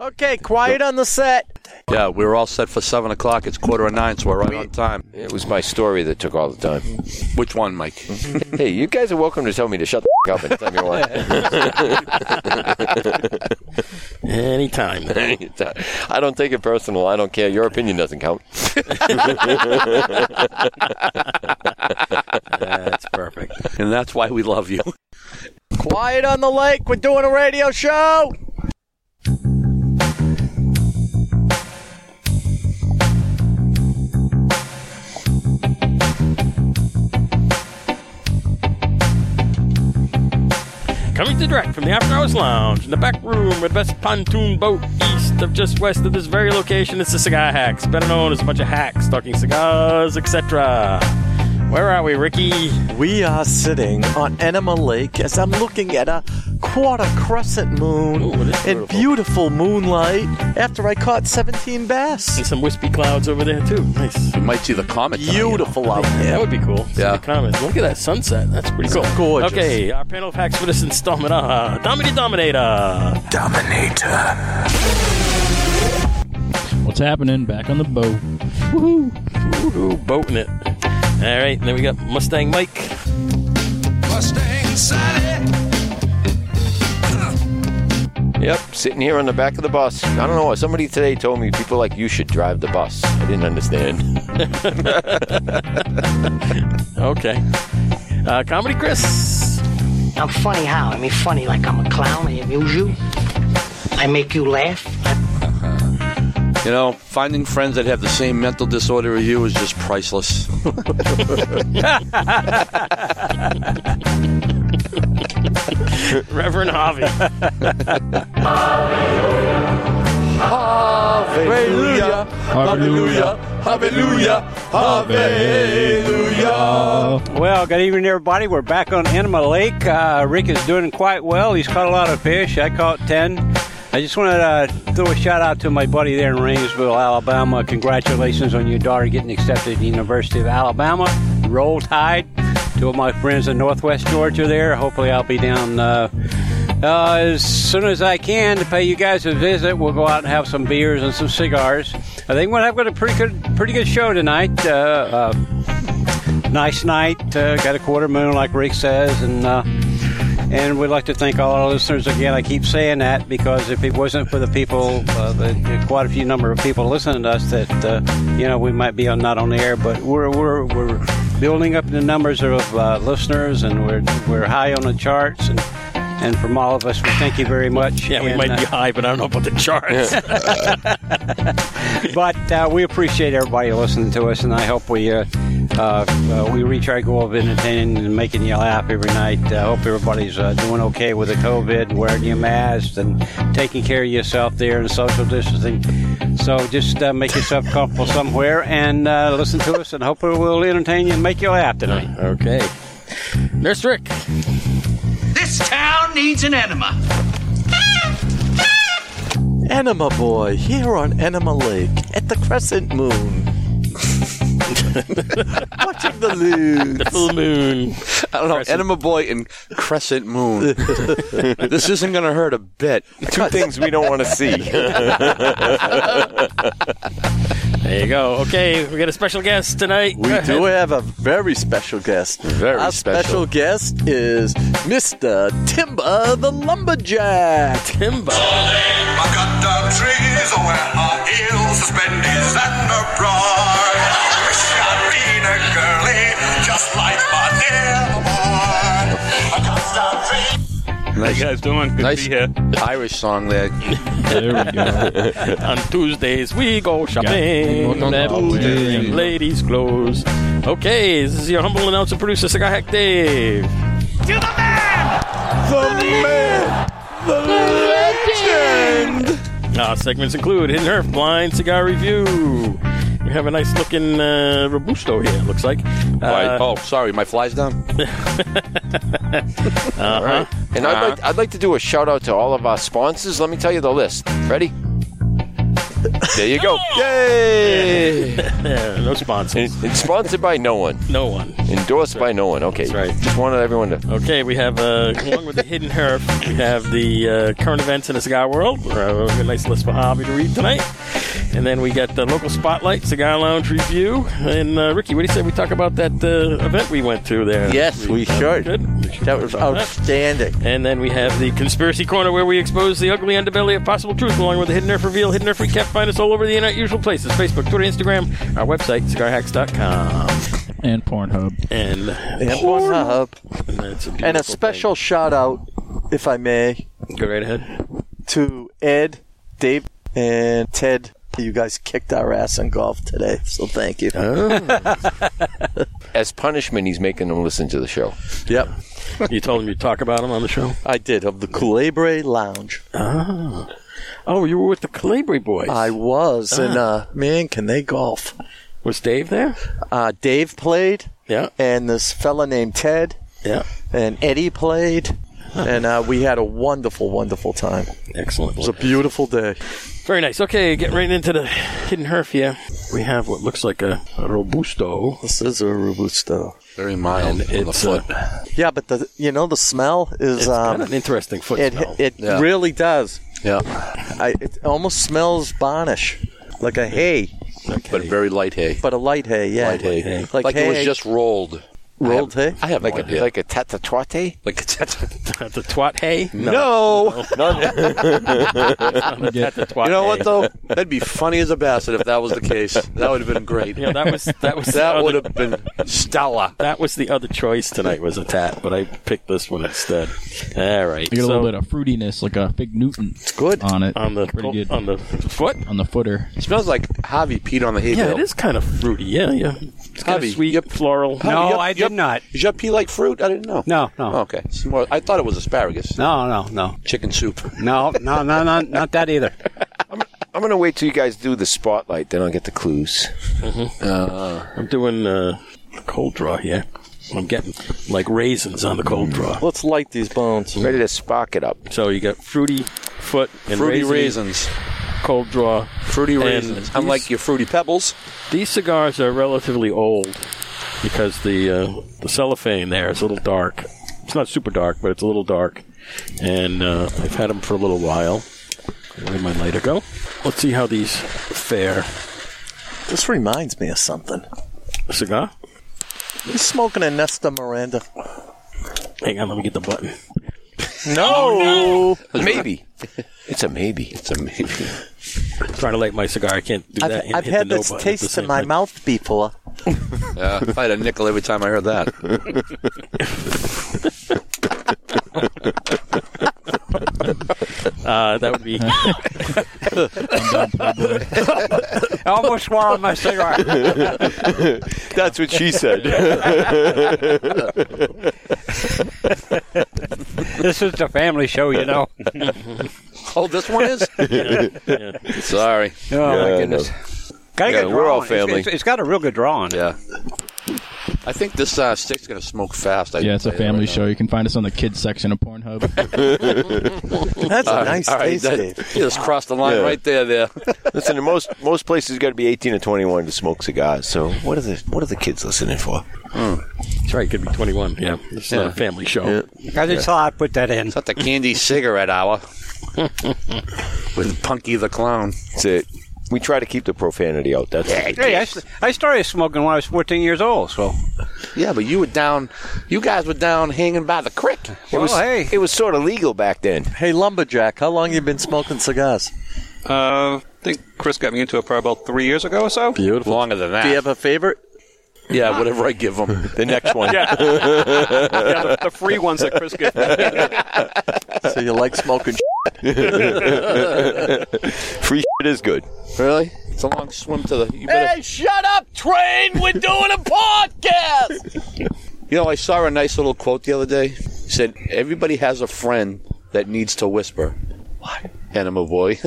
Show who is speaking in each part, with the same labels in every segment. Speaker 1: Okay, quiet on the set.
Speaker 2: Yeah, we were all set for seven o'clock. It's quarter of nine, so we're right on time.
Speaker 3: It was my story that took all the time.
Speaker 2: Which one, Mike?
Speaker 3: hey, you guys are welcome to tell me to shut the up anytime you
Speaker 4: Anytime.
Speaker 3: want. I don't take it personal. I don't care. Your opinion doesn't count.
Speaker 4: That's perfect.
Speaker 2: And that's why we love you.
Speaker 1: Quiet on the lake. We're doing a radio show.
Speaker 4: Coming to direct from the After Hours Lounge in the back room of the best pontoon boat east of just west of this very location. It's the Cigar Hacks, better known as a bunch of hacks talking cigars, etc. Where are we, Ricky?
Speaker 1: We are sitting on Enema Lake as I'm looking at a quarter crescent moon
Speaker 4: Ooh, it is
Speaker 1: in
Speaker 4: beautiful.
Speaker 1: beautiful moonlight after I caught 17
Speaker 4: And
Speaker 1: bass.
Speaker 4: some wispy clouds over there too. Nice.
Speaker 2: You might see the comet. tonight.
Speaker 1: Beautiful out there.
Speaker 4: That would be cool. See
Speaker 2: Yeah.
Speaker 4: the comments. Look at that sunset. That's pretty cool.
Speaker 1: gorgeous.
Speaker 4: Okay, our panel of hacks for this installment are Dominator Dominator.
Speaker 5: What's happening? Back on the boat.
Speaker 4: Ooh, boating it. All right, and then we got Mustang Mike.
Speaker 6: Mustang Sally.
Speaker 3: Yep, sitting here on the back of the bus. I don't know. Somebody today told me people like you should drive the bus. I didn't understand.
Speaker 4: Okay. Uh, Comedy Chris.
Speaker 7: I'm funny how? I mean, funny like I'm a clown. I amuse you. I make you laugh.
Speaker 2: You know, finding friends that have the same mental disorder as you is just priceless.
Speaker 4: Reverend Harvey.
Speaker 2: Hallelujah,
Speaker 5: Hallelujah,
Speaker 2: hallelujah, hallelujah.
Speaker 8: Well, good evening, everybody. We're back on Enema Lake. Uh, Rick is doing quite well. He's caught a lot of fish. I caught 10. I just want to uh, throw a shout out to my buddy there in Rainsville, Alabama. Congratulations on your daughter getting accepted to the University of Alabama. Roll Tide. Two of my friends in Northwest Georgia there. Hopefully, I'll be down uh, uh, as soon as I can to pay you guys a visit. We'll go out and have some beers and some cigars. I think we'll have got a pretty good, pretty good show tonight. Uh, uh, nice night. Uh, got a quarter moon, like Rick says, and uh, and we'd like to thank all our listeners again. I keep saying that because if it wasn't for the people, uh, the, the quite a few number of people listening to us, that uh, you know we might be on, not on the air, but we're we're we're building up the numbers of uh, listeners, and we're we're high on the charts and. And from all of us, we thank you very much.
Speaker 4: Yeah, we
Speaker 8: And,
Speaker 4: might
Speaker 8: uh,
Speaker 4: be high, but I don't know about the charts.
Speaker 8: but uh, we appreciate everybody listening to us, and I hope we uh, uh, uh, we reach our goal of entertaining and making you laugh every night. I hope everybody's uh, doing okay with the COVID, and wearing your masks, and taking care of yourself there and social distancing. So just uh, make yourself comfortable somewhere and uh, listen to us, and hopefully we'll entertain you and make you laugh tonight.
Speaker 9: Uh-huh.
Speaker 4: okay. Nurse Rick.
Speaker 6: This town needs an enema.
Speaker 1: Enema Boy here on Enema Lake at the crescent moon. Watching the loons.
Speaker 4: Full moon.
Speaker 2: I don't know, Enema Boy and Crescent Moon. this isn't going to hurt a bit.
Speaker 3: Two things we don't want to see.
Speaker 4: There you go. Okay, we got a special guest tonight.
Speaker 1: We do have a very special guest.
Speaker 3: Very
Speaker 1: Our special.
Speaker 3: special.
Speaker 1: guest is Mr. Timber the Lumberjack.
Speaker 4: Timbo.
Speaker 6: I cut down trees or wear high heels, suspendies and a bra. I wish I'd been a girly, just like my dear boy. I cut down trees.
Speaker 2: Nice,
Speaker 10: doing? Good
Speaker 2: nice Irish song there.
Speaker 5: There we go.
Speaker 4: On Tuesdays, we go shopping.
Speaker 5: Got-
Speaker 4: at
Speaker 5: Tuesday.
Speaker 4: Ladies' clothes. Okay, this is your humble announcer, producer, Cigar Hack Dave. Our segments include Hidden Earth, Blind Cigar Review. We have a nice looking uh, Robusto here, it looks like.
Speaker 2: Why-
Speaker 4: Uh,
Speaker 2: oh, sorry, my fly's down.
Speaker 3: And I'd, like, I'd like to do a shout out to all of our sponsors. Let me tell you the list. Ready? There you go. Yay!
Speaker 4: no sponsors.
Speaker 3: It's sponsored by no one.
Speaker 4: No one.
Speaker 3: Endorsed by no one. Okay.
Speaker 4: That's right.
Speaker 3: Just wanted everyone to.
Speaker 4: Okay, we have, uh, along with the Hidden Herb, we have the uh, current events in the cigar world. We have a nice list for Hobby to read tonight. And then we got the local spotlight, Cigar Lounge review. And uh, Ricky, what do you say we talk about that uh, event we went to there?
Speaker 1: Yes, we
Speaker 4: That was
Speaker 1: should.
Speaker 4: Good. We should
Speaker 1: That
Speaker 4: talk
Speaker 1: was
Speaker 4: about that.
Speaker 1: outstanding.
Speaker 4: And then we have the conspiracy corner where we expose the ugly underbelly of possible truth, along with the hidden earth reveal. Hidden earth recap. Find us all over the internet, usual places: Facebook, Twitter, Instagram, our website, cigarhacks.com.
Speaker 5: and Pornhub.
Speaker 4: And
Speaker 1: And Pornhub.
Speaker 4: that's a
Speaker 1: And
Speaker 4: beautiful
Speaker 1: a special shout out, if I may,
Speaker 4: thing. Go right ahead.
Speaker 1: to Ed, Dave, and Ted. You guys kicked our ass in golf today, so thank you.
Speaker 3: As punishment, he's making them listen to the show.
Speaker 1: Yep,
Speaker 4: You told him you'd talk about him on the show.
Speaker 1: I did of the Calabre Lounge.
Speaker 4: Oh, you were with the Calabri boys.
Speaker 1: I was, and uh, man, can they golf?
Speaker 4: was Dave there.
Speaker 1: Uh, Dave played,
Speaker 4: Yeah,
Speaker 1: and this fella named Ted,
Speaker 4: yeah.
Speaker 1: and Eddie played, and uh, we had a wonderful, wonderful time.
Speaker 4: Excellent.
Speaker 1: It was a beautiful day.
Speaker 4: Very nice. Okay, getting right into the hidden herf here. We have what looks like a, a robusto.
Speaker 1: This is a robusto.
Speaker 9: Very mild on the
Speaker 4: it's, uh,
Speaker 9: foot.
Speaker 1: Yeah, but the you know the smell is
Speaker 4: It's got
Speaker 1: um,
Speaker 4: an interesting foot
Speaker 1: it
Speaker 4: smell.
Speaker 1: it
Speaker 9: Yeah.
Speaker 1: really does.
Speaker 9: yeah,
Speaker 1: I, it almost smells varnish, like a hay,
Speaker 9: but very light hay.
Speaker 1: but a light hay. Yeah,
Speaker 9: Light hay.
Speaker 1: like,
Speaker 9: Like, it was
Speaker 1: hay,
Speaker 9: just rolled.
Speaker 1: rolled hay.
Speaker 9: I have
Speaker 3: Like
Speaker 9: no
Speaker 3: a
Speaker 9: idea.
Speaker 3: like a tatatwate.
Speaker 9: like it's
Speaker 4: the twat hay.
Speaker 9: no.
Speaker 5: I get-
Speaker 4: Twat
Speaker 9: You know
Speaker 4: hay.
Speaker 9: what though? That'd be funny as a bastard if that was the case. That would have been great.
Speaker 4: Yeah, that was that was the
Speaker 9: that
Speaker 4: other-
Speaker 9: would have been stellar.
Speaker 4: that was the other choice tonight was a tat, but I picked this one instead. All right,
Speaker 5: I get a
Speaker 4: so
Speaker 5: little bit of fruitiness, like a big Newton. It's
Speaker 1: good.
Speaker 5: on it.
Speaker 4: on the
Speaker 5: pretty good
Speaker 4: on the foot.
Speaker 5: on the footer.
Speaker 9: It smells like Javi peed on the hay
Speaker 4: Yeah,
Speaker 9: bale.
Speaker 4: it is kind of fruity. Yeah, yeah. It's kind
Speaker 9: Hobby,
Speaker 4: of sweet,
Speaker 9: yep.
Speaker 4: floral.
Speaker 8: No,
Speaker 9: Yup,
Speaker 8: I did
Speaker 9: yup.
Speaker 8: not.
Speaker 9: Does that pee like fruit? I didn't know.
Speaker 8: No, no,
Speaker 9: Oh, okay. It's more- I thought it was asparagus.
Speaker 8: no, no, no,
Speaker 9: Chicken soup.
Speaker 8: no, no, no, no, not that either.
Speaker 3: I'm gonna wait till you guys do the spotlight, then I'll get the clues.
Speaker 4: I'm doing uh, cold draw here. I'm getting like raisins on the cold draw.
Speaker 1: Let's light these bones.
Speaker 3: Ready to spark it up.
Speaker 4: So you got fruity foot and
Speaker 9: Fruity
Speaker 4: raisiny,
Speaker 9: raisins.
Speaker 4: cold draw.
Speaker 9: Fruity
Speaker 4: And
Speaker 9: raisins.
Speaker 4: these-
Speaker 9: Unlike your fruity pebbles.
Speaker 4: These cigars are relatively old because the uh, the cellophane there is a little dark. It's not super dark, but it's a little dark. And uh, I've had them for a little while. Where did my lighter go? Let's see how these fare.
Speaker 1: This reminds me of something.
Speaker 4: A cigar?
Speaker 1: You smoking a Nesta Miranda?
Speaker 4: Hang on, let me get the button.
Speaker 1: No.
Speaker 3: Maybe. it's a maybe. It's a maybe.
Speaker 4: I'm trying to light my cigar. I can't do that.
Speaker 1: I've,
Speaker 4: and
Speaker 1: I've
Speaker 4: hit the
Speaker 1: had
Speaker 4: no
Speaker 1: this
Speaker 4: button at the
Speaker 1: taste in
Speaker 4: same
Speaker 1: my
Speaker 4: time.
Speaker 1: mouth before.
Speaker 9: Uh, if I had a nickel every time I heard that.
Speaker 4: Uh, that would be
Speaker 8: I almost swallowed my cigarette.
Speaker 3: That's what she said.
Speaker 8: This is the family show, you know.
Speaker 9: oh, this one is? Sorry.
Speaker 8: Oh
Speaker 3: Yeah,
Speaker 8: my goodness. Gotta
Speaker 3: Yeah,
Speaker 8: get
Speaker 3: we're all
Speaker 8: drawing. It's-
Speaker 3: family.
Speaker 8: it's- it's got a real good drawing.
Speaker 9: Yeah. I think this uh, stick's going to smoke fast. I
Speaker 5: Yeah, it's a
Speaker 9: I don't
Speaker 5: family
Speaker 9: know.
Speaker 5: show. You can find us on the kids section of Pornhub.
Speaker 1: That's a nice
Speaker 9: All right,
Speaker 1: taste,
Speaker 9: that-
Speaker 1: Dave.
Speaker 9: you just crossed the line
Speaker 3: Yeah.
Speaker 9: right there. There,
Speaker 3: Listen, in most most places got to be 18 or 21 to smoke cigars. So what are the what are the kids listening for?
Speaker 4: that's right. Could be 21. Yeah, this is not a family show.
Speaker 8: I just thought I'd put that in.
Speaker 9: not the candy cigarette hour with Punky the Clown.
Speaker 3: That's it. We try to keep the profanity out. That's
Speaker 8: Hey, I, s- I started smoking when I was 14 years old, so
Speaker 9: Yeah, but you were down. You guys were down hanging by the creek.
Speaker 3: it was,
Speaker 8: Well, Oh, hey.
Speaker 3: it was sort of legal back then.
Speaker 1: Hey, lumberjack, how long you been smoking cigars?
Speaker 11: Uh, I think Chris got me into it probably about three years ago or so.
Speaker 9: Beautiful. Longer than that.
Speaker 1: Do you have a favorite?
Speaker 9: yeah, whatever I give them.
Speaker 3: The next one.
Speaker 11: Yeah, the, the free ones that Chris gave me.
Speaker 1: So you like smoking?
Speaker 3: Free shit is good.
Speaker 9: Really? It's a long swim to the. You better,
Speaker 1: shut up, train! We're doing a podcast.
Speaker 9: You know, I saw a nice little quote the other day. It said, "Everybody has a friend that needs to whisper." What? Anima boy.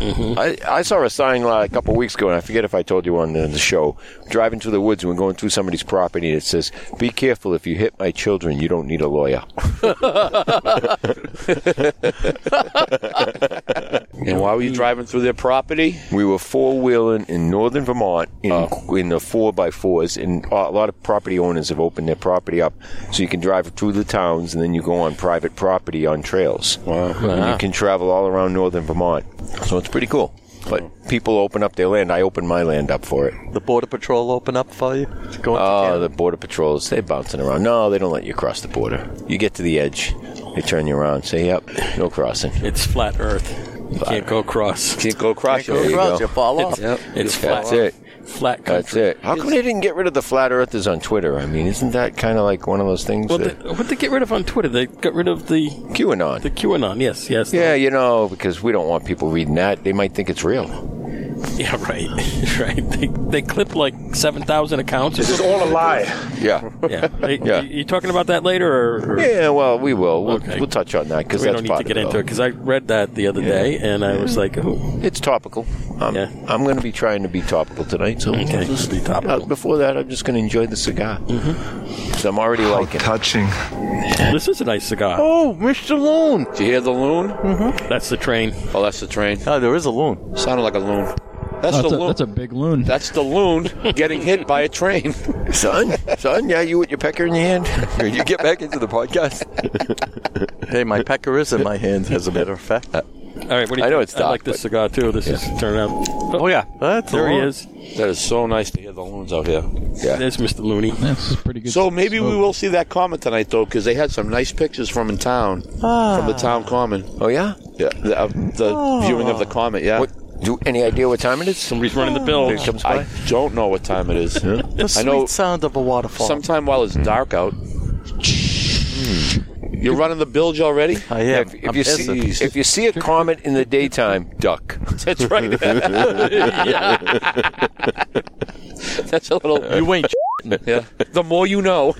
Speaker 3: I, I saw a sign uh, a couple weeks ago, and I forget if I told you on the, the show. Driving through the woods and we're going through somebody's property, and it says, "Be careful if you hit my children. You don't need a lawyer."
Speaker 9: And why were you driving through their property?
Speaker 3: We were four wheeling in northern Vermont in, in the four by fours, and a lot of property owners have opened their property up so you can drive through the towns and then you go on private property on trails. Wow. And you can travel all around northern Vermont. So it's pretty cool. But people open up their land. I opened my land up for it.
Speaker 1: The border patrol open up for you? To go into
Speaker 3: Oh,
Speaker 1: Canada?
Speaker 3: the border patrols, they're bouncing around. No, they don't let you cross the border. You get to the edge, they turn you around, say, yep, no crossing.
Speaker 4: It's flat Earth. You can't go across.
Speaker 3: Can't go across.
Speaker 1: Go
Speaker 3: there you
Speaker 1: across,
Speaker 3: go.
Speaker 1: you fall off.
Speaker 4: It's, it's flat.
Speaker 3: That's it.
Speaker 4: Flat country.
Speaker 3: That's it. How come they didn't get rid of the flat earthers on Twitter? I mean, isn't that kind of like one of those things
Speaker 4: What they,
Speaker 3: that
Speaker 4: what they get rid of on Twitter? They got rid of the
Speaker 3: QAnon?
Speaker 4: the QAnon. Yes, yes.
Speaker 3: yeah, you know, because we don't want people reading that. They might think it's real.
Speaker 4: yeah. Right, right. They they clip like seven thousand accounts. Or
Speaker 6: It's
Speaker 4: something.
Speaker 6: all a lie.
Speaker 3: Yeah.
Speaker 4: Yeah. They,
Speaker 3: Yeah.
Speaker 4: You, you talking about that later, or, or
Speaker 3: yeah, well, we will. We'll,
Speaker 4: Okay.
Speaker 3: we'll touch on that because
Speaker 4: we
Speaker 3: that's
Speaker 4: don't need
Speaker 3: part
Speaker 4: to get
Speaker 3: of
Speaker 4: into it? Because I read that the other day, and I was like, oh,
Speaker 3: It's topical. Um,
Speaker 4: Yeah.
Speaker 3: I'm going to be trying to be topical tonight. So
Speaker 4: Okay.
Speaker 3: I'll just-
Speaker 4: Be topical.
Speaker 3: uh, before that, I'm just going to enjoy the cigar. Mm-hmm. I'm already liking. it.
Speaker 6: Touching.
Speaker 4: this is a nice cigar.
Speaker 3: Oh, Mr. Loon.
Speaker 9: Did you hear the loon?
Speaker 4: That's the train.
Speaker 9: Oh, that's the train.
Speaker 1: Oh, there is a loon.
Speaker 9: Sounded like a loon. That's
Speaker 5: That's
Speaker 9: the
Speaker 5: a,
Speaker 9: loon.
Speaker 5: that's a big loon.
Speaker 9: That's the loon getting hit by a train.
Speaker 3: Son, son, yeah, you with your pecker in your hand? Can you get back into the podcast?
Speaker 1: Hey, my pecker is in my hand, as a matter of fact.
Speaker 4: All right, what do you
Speaker 3: I know
Speaker 4: think?
Speaker 3: it's
Speaker 4: I
Speaker 3: dark,
Speaker 4: like
Speaker 3: but-
Speaker 4: this cigar too. This is turning out. Oh,
Speaker 12: yeah.
Speaker 1: That's a
Speaker 4: there he
Speaker 1: loon.
Speaker 4: is.
Speaker 9: That is so nice to hear the loons out here.
Speaker 4: There's Mr. Looney.
Speaker 5: Yeah, this is pretty good.
Speaker 9: So maybe we
Speaker 5: smoke.
Speaker 9: will see that common tonight, though, because they had some nice pictures from in town, from the town common.
Speaker 3: Ah. Oh, yeah?
Speaker 9: Yeah, the, uh, of the
Speaker 1: Oh.
Speaker 9: viewing of the comet. Yeah,
Speaker 3: What, do any idea what time it is?
Speaker 4: Somebody's running the bill.
Speaker 9: I don't know what time it is.
Speaker 1: The sweet
Speaker 9: I know
Speaker 1: sound of a waterfall.
Speaker 9: sometime while it's dark out. You're running the bilge already.
Speaker 1: Hmm. I am.
Speaker 3: If,
Speaker 1: I'm
Speaker 3: if you see,
Speaker 1: pissed.
Speaker 3: if you see a comet in the daytime, duck.
Speaker 9: That's right. That's a little. You ain't. Yeah. The more you know.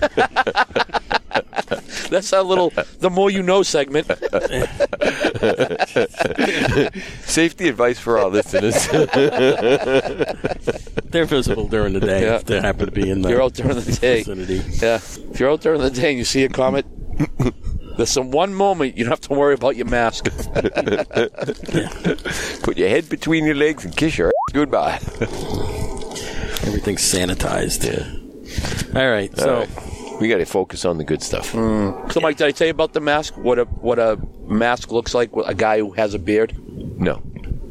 Speaker 9: That's our little "the more you know" segment.
Speaker 3: Safety advice for our listeners.
Speaker 4: They're visible during the day
Speaker 9: Yeah.
Speaker 4: if they happen to be in the
Speaker 9: You're out during the day.
Speaker 4: vicinity.
Speaker 9: Yeah. If you're out there in the day and you see a comet, there's some one moment you don't have to worry about your mask.
Speaker 3: Put your head between your legs and kiss your ass goodbye.
Speaker 4: Everything's sanitized. All right. So
Speaker 3: All right. We got to focus on the good stuff.
Speaker 1: Mm.
Speaker 9: So, Mike, did I tell you about the mask? What a what a mask looks like? with A guy who has a beard.
Speaker 3: No.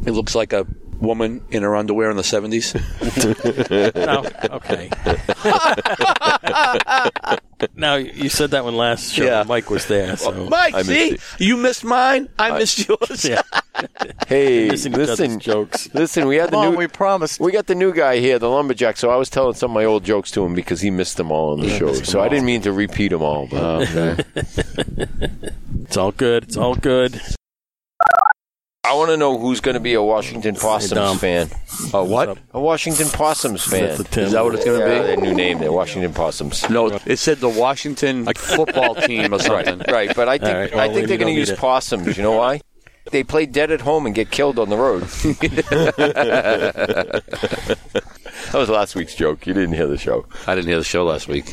Speaker 9: It looks like a woman in her underwear in the 70s.
Speaker 4: now, okay. now you said that one last show.
Speaker 9: Yeah.
Speaker 4: Mike was there. So
Speaker 9: Mike,
Speaker 3: I missed
Speaker 9: see,
Speaker 3: it.
Speaker 9: you Oh, missed mine. I, missed yours.
Speaker 4: yeah.
Speaker 3: Hey,
Speaker 4: Missing each other's
Speaker 3: listen,
Speaker 4: jokes.
Speaker 3: listen. We had
Speaker 1: Come
Speaker 3: the
Speaker 1: on,
Speaker 3: new.
Speaker 1: we promised.
Speaker 3: we got the new guy here, the lumberjack. So I was telling some of my old jokes to him because he missed them all on the show. So I didn't mean to repeat them all. But
Speaker 1: Oh,
Speaker 4: It's all good. It's all good.
Speaker 3: I want to know who's going to be a Washington
Speaker 4: Dom.
Speaker 3: Possums fan. A
Speaker 4: up?
Speaker 3: what? A Washington Possums fan.
Speaker 4: That's a Tim.
Speaker 9: Is that what it's going to
Speaker 3: yeah,
Speaker 9: be?
Speaker 3: Their new name, the Washington Possums.
Speaker 9: No, it said the Washington football team or something.
Speaker 3: Right, but I think
Speaker 4: right,
Speaker 3: I
Speaker 4: well,
Speaker 3: think
Speaker 4: we
Speaker 3: they're going
Speaker 4: don't
Speaker 3: to
Speaker 4: need
Speaker 3: use
Speaker 4: it.
Speaker 3: possums. You know why? They play dead at home and get killed on the road. that was last week's joke. You didn't hear the show.
Speaker 9: I didn't hear the show last week.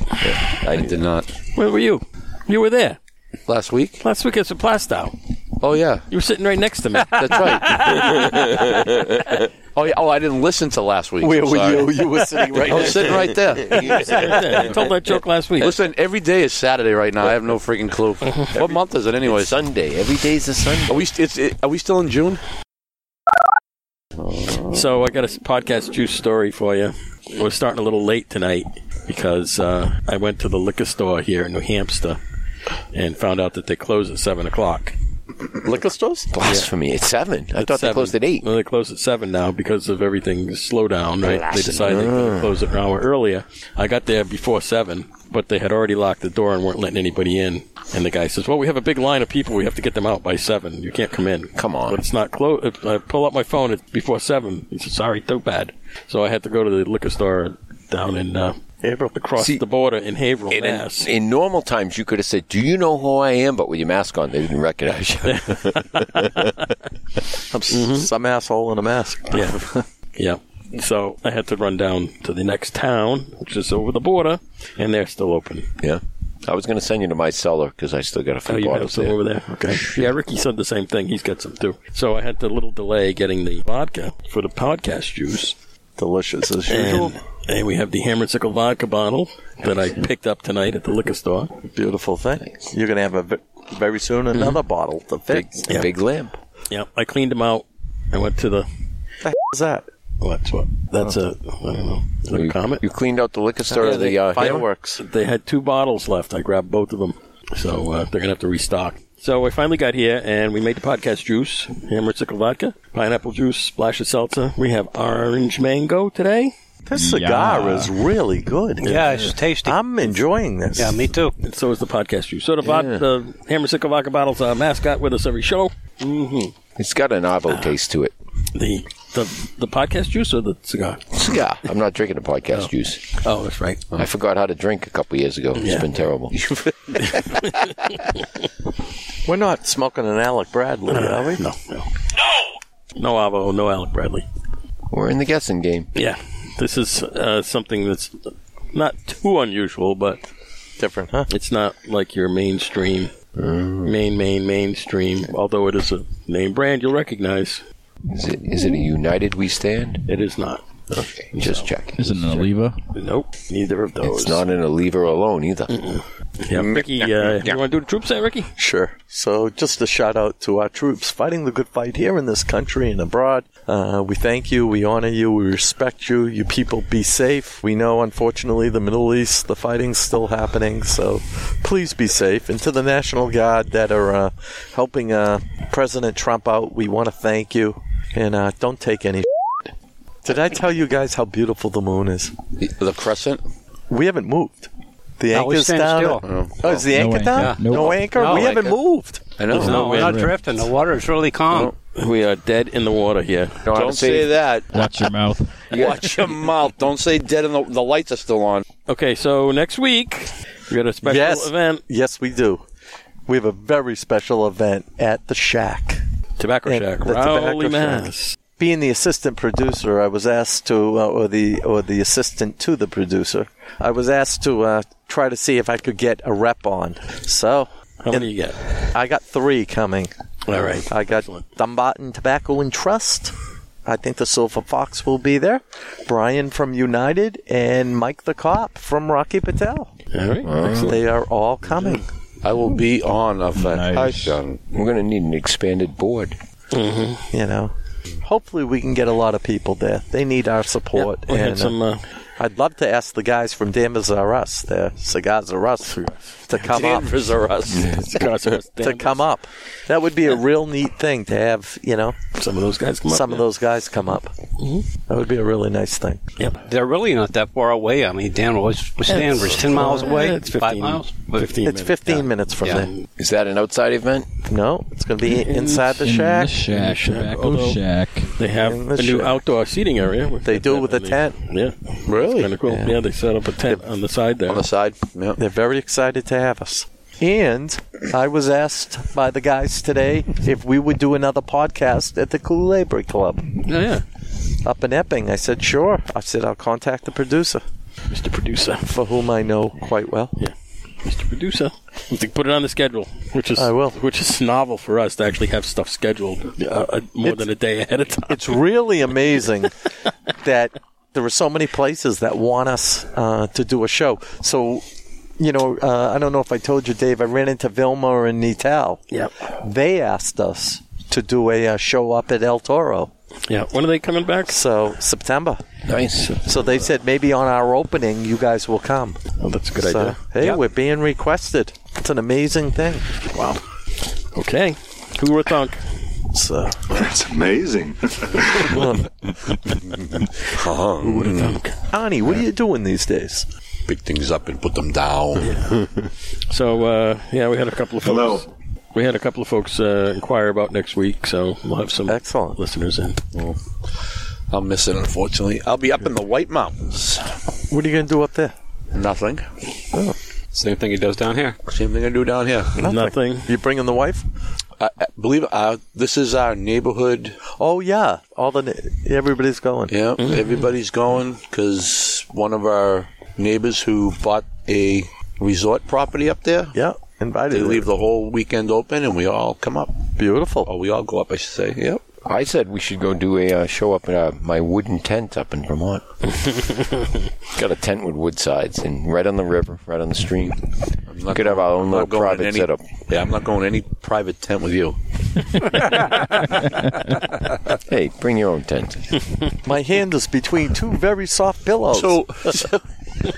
Speaker 9: I did not.
Speaker 4: Where were you? You were there
Speaker 9: Last week?
Speaker 4: last week at Plastow.
Speaker 9: Oh, yeah.
Speaker 4: You were sitting right next to me.
Speaker 9: That's right. oh, yeah. Oh, I didn't listen to last week.
Speaker 1: Where
Speaker 9: I'm
Speaker 1: were
Speaker 9: sorry.
Speaker 1: you? You were sitting right
Speaker 9: I was
Speaker 1: next to
Speaker 9: Oh, sitting right there.
Speaker 4: I told that joke last week.
Speaker 9: Listen, every day is Saturday right now. I have no freaking clue. What month is it anyway?
Speaker 3: Sunday. Every day's a Sunday.
Speaker 9: Are we, st- it's, it, are we still in June?
Speaker 4: So I got a podcast juice story for you. We're starting a little late tonight because uh, I went to the liquor store here in New Hampshire and found out that they close at seven o'clock.
Speaker 1: liquor stores?
Speaker 3: Blasphemy. It's seven. I thought they
Speaker 4: Seven.
Speaker 3: closed at eight.
Speaker 4: Well, they close at seven now because of everything slowdown. Right? They decided they
Speaker 3: Ah.
Speaker 4: to close it an hour earlier. I got there before seven, but they had already locked the door and weren't letting anybody in. And the guy says, "Well, we have a big line of people. We have to get them out by seven. You can't come in.
Speaker 3: Come on.
Speaker 4: But it's not close. I pull up my phone. It's before seven. He says, "Sorry, too bad." So I had to go to the liquor store down in uh, across
Speaker 3: See,
Speaker 4: the border in Haverhill,
Speaker 3: In,
Speaker 4: Mass.
Speaker 3: in normal times, you could have said, "Do you know who I am?" But with your mask on, they didn't recognize you.
Speaker 1: I'm s- Some asshole in a mask.
Speaker 4: Yeah. yeah. So I had to run down to the next town, which is over the border, and they're still open.
Speaker 3: yeah. I was going to send you to my cellar because I still got a few
Speaker 4: Oh, you have
Speaker 3: bottles
Speaker 4: some
Speaker 3: there.
Speaker 4: over there. Okay. Yeah, Ricky said the same thing. He's got some too. So I had the little delay getting the vodka for the podcast juice.
Speaker 1: Delicious as usual.
Speaker 4: And, and we have the Hammer and Sickle vodka bottle that I picked up tonight at the liquor store.
Speaker 1: Beautiful thing. You're going to have a ve- very soon another bottle to fix.
Speaker 4: Yeah.
Speaker 3: Big lamp.
Speaker 4: Yeah, I cleaned them out. I went to the
Speaker 1: What the hell is that?
Speaker 4: what's what? That's a I don't know. Is that a
Speaker 3: You,
Speaker 4: comment?
Speaker 3: you cleaned out the liquor store
Speaker 1: Yeah,
Speaker 3: of the uh,
Speaker 1: fireworks.
Speaker 4: They had two bottles left. I grabbed both of them, so uh, they're gonna have to restock. So I finally got here, and we made the podcast juice: hammer and sickle vodka, pineapple juice, splash of seltzer. We have orange mango today.
Speaker 1: This cigar is really good.
Speaker 8: Yeah, it's tasty.
Speaker 1: I'm enjoying this.
Speaker 8: yeah, me too.
Speaker 4: And so is the podcast juice. So the, vod- the hammer and sickle vodka bottle's our mascot with us every show. Mm-hmm.
Speaker 3: It's got an avo taste to it.
Speaker 4: The the the podcast juice or the cigar?
Speaker 3: Yeah, I'm not drinking the podcast juice.
Speaker 4: Oh, that's right.
Speaker 3: I forgot how to drink a couple years ago. It's
Speaker 4: Yeah.
Speaker 3: been terrible.
Speaker 1: We're not smoking an Alec Bradley,
Speaker 8: Uh,
Speaker 1: are we?
Speaker 4: No, no, no, Avo, no Alec Bradley.
Speaker 3: We're in the guessing game.
Speaker 4: Yeah, this is uh, something that's not too unusual, but
Speaker 1: Different, huh?
Speaker 4: it's not like your mainstream, main, main, mainstream. Although it is a name brand you'll recognize,
Speaker 3: Is it, is it a United We Stand?
Speaker 4: it is not.
Speaker 3: Okay, just checking.
Speaker 5: Isn't an Oliva?
Speaker 4: Nope, neither of those.
Speaker 3: It's not in a lever alone either.
Speaker 4: Yeah, Ricky, uh,
Speaker 10: Yeah.
Speaker 4: you want to do the troop set, Ricky?
Speaker 1: Sure. So, just a shout out to our troops fighting the good fight here in this country and abroad. Uh, we thank you. We honor you. We respect you. You people be safe. We know, unfortunately, the Middle East, the fighting's still happening. So, please be safe. And to the National Guard that are uh, helping uh, President Trump out, we want to thank you. And uh, don't take any. Did I tell you guys how beautiful the moon is?
Speaker 2: The, the crescent.
Speaker 1: We haven't moved. The
Speaker 8: No, we
Speaker 1: anchor's
Speaker 8: stand
Speaker 1: down.
Speaker 8: still.
Speaker 1: Oh, is the
Speaker 5: No
Speaker 1: anchor
Speaker 5: anchor.
Speaker 1: down?
Speaker 5: Yeah.
Speaker 1: No,
Speaker 5: Nope.
Speaker 1: anchor.
Speaker 8: No
Speaker 1: we haven't
Speaker 2: anchor.
Speaker 1: moved.
Speaker 2: I know.
Speaker 8: No, we're not
Speaker 5: wind.
Speaker 8: drifting. The water is really calm.
Speaker 4: We are dead in the water here.
Speaker 3: No, I
Speaker 2: Don't say that.
Speaker 5: Watch your mouth.
Speaker 2: Watch your mouth. Don't say dead. And the, the lights are still on.
Speaker 4: Okay, so next week we got a special
Speaker 1: Yes.
Speaker 4: event,
Speaker 1: Yes, we do. We have a very special event at the Shack.
Speaker 4: Tobacco
Speaker 1: Yeah,
Speaker 4: Shack,
Speaker 1: the Tobacco
Speaker 4: Rowley,
Speaker 1: Shack.
Speaker 4: Mass.
Speaker 1: Being the assistant producer, I was asked to, uh, or the or the assistant to the producer, I was asked to uh, try to see if I could get a rep on. So
Speaker 4: How many you got?
Speaker 1: I got three coming.
Speaker 4: All right.
Speaker 1: I got Dumbarton Tobacco and Trust. I think the Silver Fox will be there. Brian from United and Mike the Cop from Rocky Patel.
Speaker 4: All right.
Speaker 1: They are all coming.
Speaker 2: I will be on
Speaker 9: uh,
Speaker 2: a
Speaker 5: Nice.
Speaker 2: vacation.
Speaker 3: We're going to need an expanded board.
Speaker 4: Mm-hmm.
Speaker 1: You know, hopefully we can get a lot of people there. They need our support.
Speaker 4: We had
Speaker 1: and,
Speaker 4: some. Uh,
Speaker 1: uh, I'd love to ask the guys from Damas R Us, the Cigars R Us, to come up.
Speaker 2: Danvers are us.
Speaker 1: To come up, that would be a real neat thing to have. You know,
Speaker 4: Some of those guys come up.
Speaker 1: some of
Speaker 4: yeah.
Speaker 1: those guys come up. That would be a really nice thing.
Speaker 8: They're really not that far away. I mean, Dan, what's, what's Danvers? 10 miles away?
Speaker 4: Yeah, it's 15,
Speaker 8: Five miles?
Speaker 4: Fifteen.
Speaker 1: It's
Speaker 4: minutes.
Speaker 1: 15 minutes from
Speaker 8: Yeah.
Speaker 1: there.
Speaker 3: Is that an outside event?
Speaker 1: No, it's going to be inside the
Speaker 5: In
Speaker 1: shack.
Speaker 5: The shack.
Speaker 4: shack,
Speaker 5: Tobacco
Speaker 4: although-
Speaker 5: shack.
Speaker 4: They have
Speaker 1: In
Speaker 4: a
Speaker 1: the
Speaker 4: new
Speaker 1: shack.
Speaker 4: outdoor seating area.
Speaker 1: They do with a
Speaker 4: They-
Speaker 1: tent.
Speaker 4: Yeah, really, kind of cool. Yeah. they set up a tent on the side there.
Speaker 2: on the side. Yeah.
Speaker 1: They're very excited to have us. And I was asked by the guys today if we would do another podcast at the Kool-Aid Club.
Speaker 4: Yeah, yeah,
Speaker 1: up in Epping. I said, sure. I said, I'll contact the producer,
Speaker 4: Mr. Producer.
Speaker 1: for whom I know quite well.
Speaker 4: Mr. Producer. We think put it on the schedule, which is
Speaker 1: I will.
Speaker 4: which is novel for us to actually have stuff scheduled uh, uh, more
Speaker 1: It's-
Speaker 4: than a day ahead of time.
Speaker 1: It's really amazing that there are so many places that want us uh, to do a show. So, you know, uh, I don't know if I told you, Dave, I ran into Vilma and Nital.
Speaker 4: Yep.
Speaker 1: They asked us to do a uh, show up at El Toro.
Speaker 4: Yeah, when are they coming back?
Speaker 1: So, September.
Speaker 3: Nice.
Speaker 1: So they said maybe on our opening, you guys will come.
Speaker 4: Oh, that's a good
Speaker 1: so,
Speaker 4: idea.
Speaker 1: hey,
Speaker 4: Yeah.
Speaker 1: we're being requested. It's an amazing thing.
Speaker 4: Wow. Okay. Who were thunk?
Speaker 1: So,
Speaker 6: That's amazing.
Speaker 9: Uh-huh. Mm-hmm.
Speaker 1: Ani, what are you doing these days?
Speaker 2: Pick things up and put them down.
Speaker 4: So uh, yeah, we had a couple of folks.
Speaker 6: Hello.
Speaker 4: We had a couple of folks uh, inquire about next week, so we'll have some
Speaker 1: Excellent.
Speaker 4: listeners in.
Speaker 2: I'll miss it, unfortunately. I'll be up in the White Mountains.
Speaker 1: What are you going to do up there?
Speaker 2: Nothing.
Speaker 10: Same thing he does down here.
Speaker 2: Same thing I do down here.
Speaker 4: Nothing.
Speaker 1: You bringing the wife?
Speaker 2: I, I believe uh, this is our neighborhood.
Speaker 1: Oh yeah, all the na- everybody's going.
Speaker 2: Yeah, everybody's going because one of our neighbors who bought a
Speaker 9: resort property up there.
Speaker 1: Yeah, invited.
Speaker 9: They
Speaker 1: her.
Speaker 9: leave the whole weekend open, and we all come up.
Speaker 1: Beautiful.
Speaker 9: Or we all go up, I should say. Yep.
Speaker 3: I said we should go do a uh, show up in uh, my wooden tent up in Vermont. Got a tent with wood sides and right on the river, right on the stream.
Speaker 9: I'm not
Speaker 3: could have our own
Speaker 9: I'm not
Speaker 3: little
Speaker 9: going
Speaker 3: private
Speaker 9: in any-
Speaker 3: setup.
Speaker 9: Yeah, I'm not going to any private tent with you.
Speaker 3: Hey, bring your own tent.
Speaker 1: My hand is between two very soft
Speaker 2: Oh,
Speaker 1: pillows.
Speaker 9: So, so,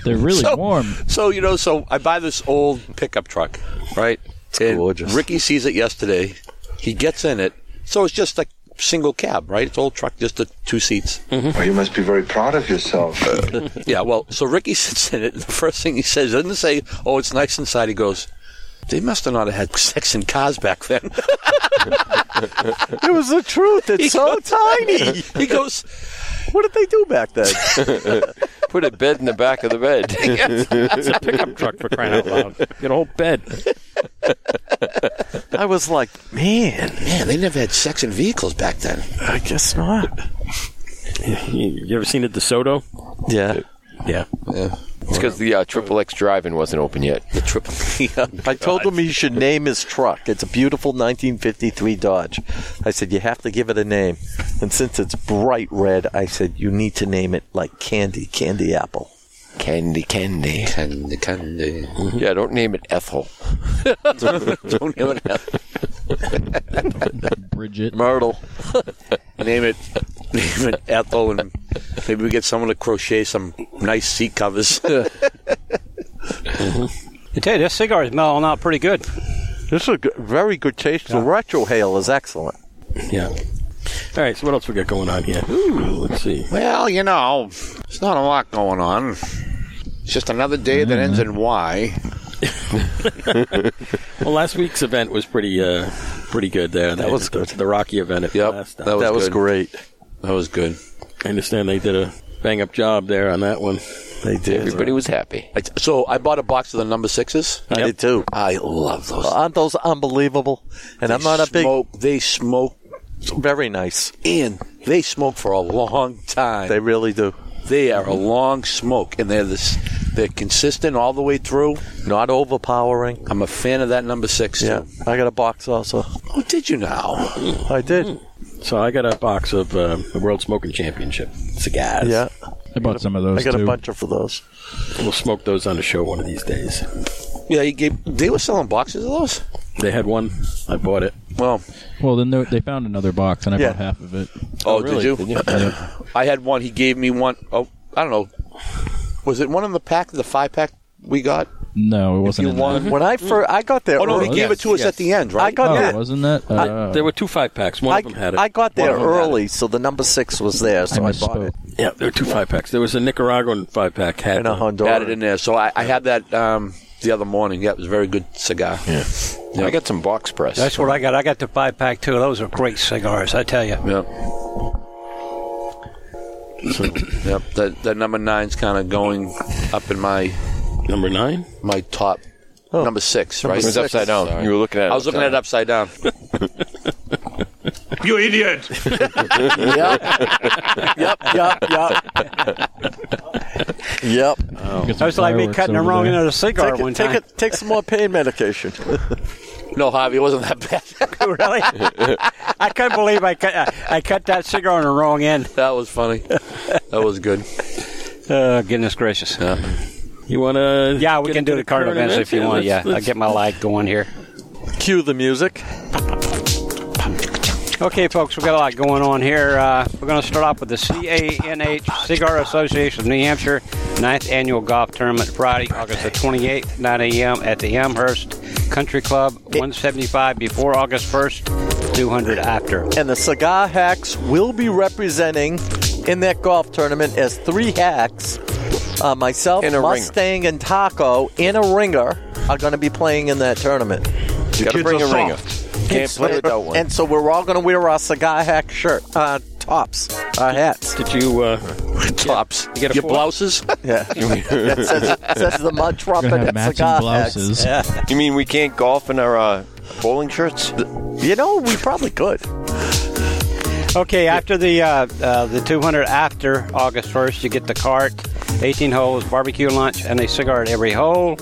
Speaker 5: They're really
Speaker 9: So-
Speaker 5: warm.
Speaker 9: so you know, so I buy this old pickup truck, right? It's and
Speaker 1: gorgeous.
Speaker 9: Ricky sees it yesterday. He gets in it. So it's just a single cab, right? It's an old truck, just the two seats.
Speaker 6: Mm-hmm. Well, you must be very proud of yourself.
Speaker 9: Yeah, well, so Ricky sits in it, and the first thing he says doesn't say, "Oh, it's nice inside." He goes, "They must have not have had sex in cars back then."
Speaker 1: it was the truth. It's so tiny.
Speaker 9: he goes,
Speaker 1: What did they do back then?
Speaker 3: Put a bed in the back of the bed.
Speaker 4: It's a pickup truck for crying out loud. Get a whole bed.
Speaker 1: I was like, man,
Speaker 9: "Man, they never had sex in vehicles back then."
Speaker 1: I guess not.
Speaker 4: You, you ever seen a DeSoto?
Speaker 1: Yeah.
Speaker 9: Yeah, yeah.
Speaker 3: It's because the uh, triple X drive-in wasn't open yet.
Speaker 9: The triple. yeah.
Speaker 1: I told him he should name his truck. It's a beautiful 1953 Dodge. I said, You have to give it a name. And since it's bright red, I said, You need to name it like candy, candy apple.
Speaker 3: Candy, candy.
Speaker 9: Candy, candy.
Speaker 3: Yeah, don't name it Ethel.
Speaker 9: Don't name it.
Speaker 5: Bridget.
Speaker 1: Myrtle.
Speaker 9: Name it. Name it Ethel, and maybe we get someone to crochet some nice seat covers.
Speaker 8: I tell you, this cigar is mellowing out pretty good.
Speaker 1: This is a good, very good taste. The retro hail is excellent.
Speaker 4: Yeah. All right, so what else we got going on here? Ooh, let's see.
Speaker 9: well, you know, there's not a lot going on. It's just another day
Speaker 1: Mm-hmm.
Speaker 9: that ends in Y.
Speaker 4: Well, last week's event was pretty, uh, pretty good there. That
Speaker 1: was
Speaker 4: the,
Speaker 1: good.
Speaker 4: The Rocky event at
Speaker 9: Yep,
Speaker 4: last.
Speaker 9: that was
Speaker 1: that was
Speaker 9: good.
Speaker 1: great.
Speaker 9: That was good.
Speaker 4: I understand they did a bang up job there on that one.
Speaker 1: They did.
Speaker 3: Everybody was happy.
Speaker 9: I, so I bought a box of the number sixes.
Speaker 1: I did too.
Speaker 9: I love those.
Speaker 1: Aren't those unbelievable? And I'm not a big,
Speaker 9: smoke. They smoke,
Speaker 1: very nice.
Speaker 9: and they smoke for a long time.
Speaker 1: They
Speaker 9: They,
Speaker 1: really do.
Speaker 9: are a long smoke, and they're this. They're consistent all the way through.
Speaker 1: Not overpowering.
Speaker 9: I'm a fan of that number six.
Speaker 1: Yeah,
Speaker 9: Too.
Speaker 1: I got a box also.
Speaker 9: Oh, did you now?
Speaker 1: I did.
Speaker 4: So I got a box of uh, the World Smoking Championship cigars.
Speaker 1: Yeah,
Speaker 5: I bought some of those
Speaker 1: I got
Speaker 5: too.
Speaker 1: a bunch of those.
Speaker 4: We'll smoke those on the show one of these days.
Speaker 9: Yeah, you gave, they were selling boxes of those.
Speaker 4: They had one. I bought it.
Speaker 9: Well,
Speaker 5: Well, then they- they found another box, and I
Speaker 1: Yeah.
Speaker 5: bought half of it.
Speaker 9: oh,
Speaker 4: really?
Speaker 9: did you? I had one. He gave me one. Oh, I don't know. Was it one in the pack, the five pack we got?
Speaker 5: No, it wasn't.
Speaker 9: You
Speaker 5: in that.
Speaker 9: won.
Speaker 1: When I first, I got there.
Speaker 9: Oh no, he
Speaker 1: early.
Speaker 9: gave it to us
Speaker 4: yes.
Speaker 9: at the end, right?
Speaker 1: I got
Speaker 5: Oh,
Speaker 1: that.
Speaker 5: wasn't that? Uh,
Speaker 4: There were two five packs. One
Speaker 1: I,
Speaker 4: of them had it.
Speaker 1: I got
Speaker 4: One
Speaker 1: there
Speaker 4: of them had it.
Speaker 1: early, so the number six was there,
Speaker 5: I
Speaker 1: so I, bought
Speaker 5: misspoke.
Speaker 1: it.
Speaker 4: Yeah, there were two five packs. There was a Nicaraguan five pack. Had
Speaker 1: And a
Speaker 4: the-
Speaker 9: Added in
Speaker 1: Honduran.
Speaker 9: there. So I, I had that um, the other morning. Yeah, it was a very good cigar. Yeah.
Speaker 3: I got some box press.
Speaker 8: That's what I got. I got the five pack too. Those are great cigars, I tell you.
Speaker 9: Yep. yep. That that number nine's kind of going up in my
Speaker 4: number nine.
Speaker 9: my top. Oh. Number six, right?
Speaker 3: it was upside down.
Speaker 9: Sorry.
Speaker 3: You were looking at it.
Speaker 9: I was looking at it upside down.
Speaker 6: you idiot!
Speaker 1: Yep, yep, yep. yep.
Speaker 5: Got some
Speaker 8: That was like me
Speaker 5: fireworks
Speaker 8: cutting the
Speaker 5: over
Speaker 8: wrong
Speaker 5: there.
Speaker 8: end of a cigar
Speaker 1: Take,
Speaker 8: one
Speaker 1: it, take,
Speaker 8: time.
Speaker 1: it, take some more pain medication.
Speaker 9: No, Javi, it wasn't that bad.
Speaker 8: really? I couldn't believe I cut I, I cut that cigar on the wrong end.
Speaker 9: that was funny. That was good.
Speaker 8: Oh, goodness gracious.
Speaker 4: You want to?
Speaker 8: yeah, we can do the current events if you want. Yeah, I'll get my light going here.
Speaker 1: Cue the music.
Speaker 8: Okay, folks, we've got a lot going on here. Uh, we're going to start off with the CANH Cigar Association of New Hampshire ninth annual golf tournament Friday, August the 28th, 9 a.m. at the Amherst Country Club, 175 before August 1st, 200 after.
Speaker 1: And the Cigar Hacks will be representing in that golf tournament as three hacks. Uh, myself,
Speaker 3: And a ringer.
Speaker 1: Mustang, and Taco, and a ringer are going to be playing in that tournament.
Speaker 3: Got to bring a ringer. Can't play without one.
Speaker 1: And so we're all going to wear our cigar hack shirt, uh, tops, our hats.
Speaker 4: Did you? Uh,
Speaker 9: Tops. You
Speaker 4: get a
Speaker 9: Your
Speaker 4: four?
Speaker 9: blouses?
Speaker 1: Yeah. that says, says the mud trumpet
Speaker 5: Gonna have
Speaker 1: at
Speaker 5: matching
Speaker 1: cigar
Speaker 5: blouses.
Speaker 1: hacks. Yeah.
Speaker 3: you mean we can't golf in our uh, bowling shirts?
Speaker 1: You know, we probably could.
Speaker 8: Okay, after the uh, uh, the 200 after August 1st, you get the cart, 18 holes, barbecue lunch, and a cigar at every hole.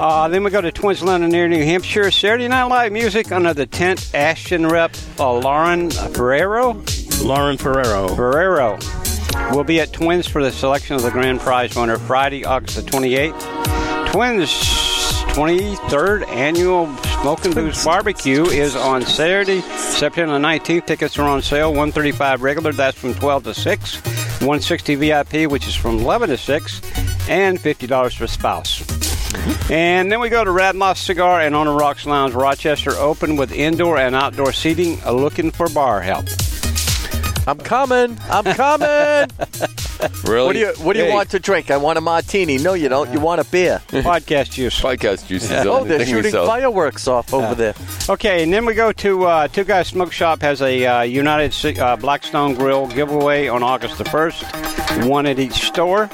Speaker 8: Uh, then we go to Twins London near New Hampshire. Saturday Night Live music under the tent. Ashton rep uh, Lauren Ferrero.
Speaker 4: Lauren Ferrero.
Speaker 8: Ferrero. will be at Twins for the selection of the grand prize winner Friday, August the 28th. Twins 23rd annual Smoking Booze Barbecue is on Saturday, September the 19th. Tickets are on sale, 135 regular, that's from 12 to 6, 160 VIP, which is from 11 to 6, and $50 for spouse. And then we go to Radloff Cigar and On the Rocks Lounge, Rochester, open with indoor and outdoor seating, uh, looking for bar help.
Speaker 1: I'm coming. I'm coming.
Speaker 2: Really?
Speaker 1: What do you What do you
Speaker 2: Hey.
Speaker 1: want to drink? I want a martini. No, you don't. You want a beer.
Speaker 8: Podcast juice.
Speaker 3: Podcast juices.
Speaker 1: oh, they're shooting fireworks off over there.
Speaker 8: Okay, and then we go to uh, Two Guys Smoke Shop has a uh, United Si- uh, Blackstone Grill giveaway on August the 1st, one at each store.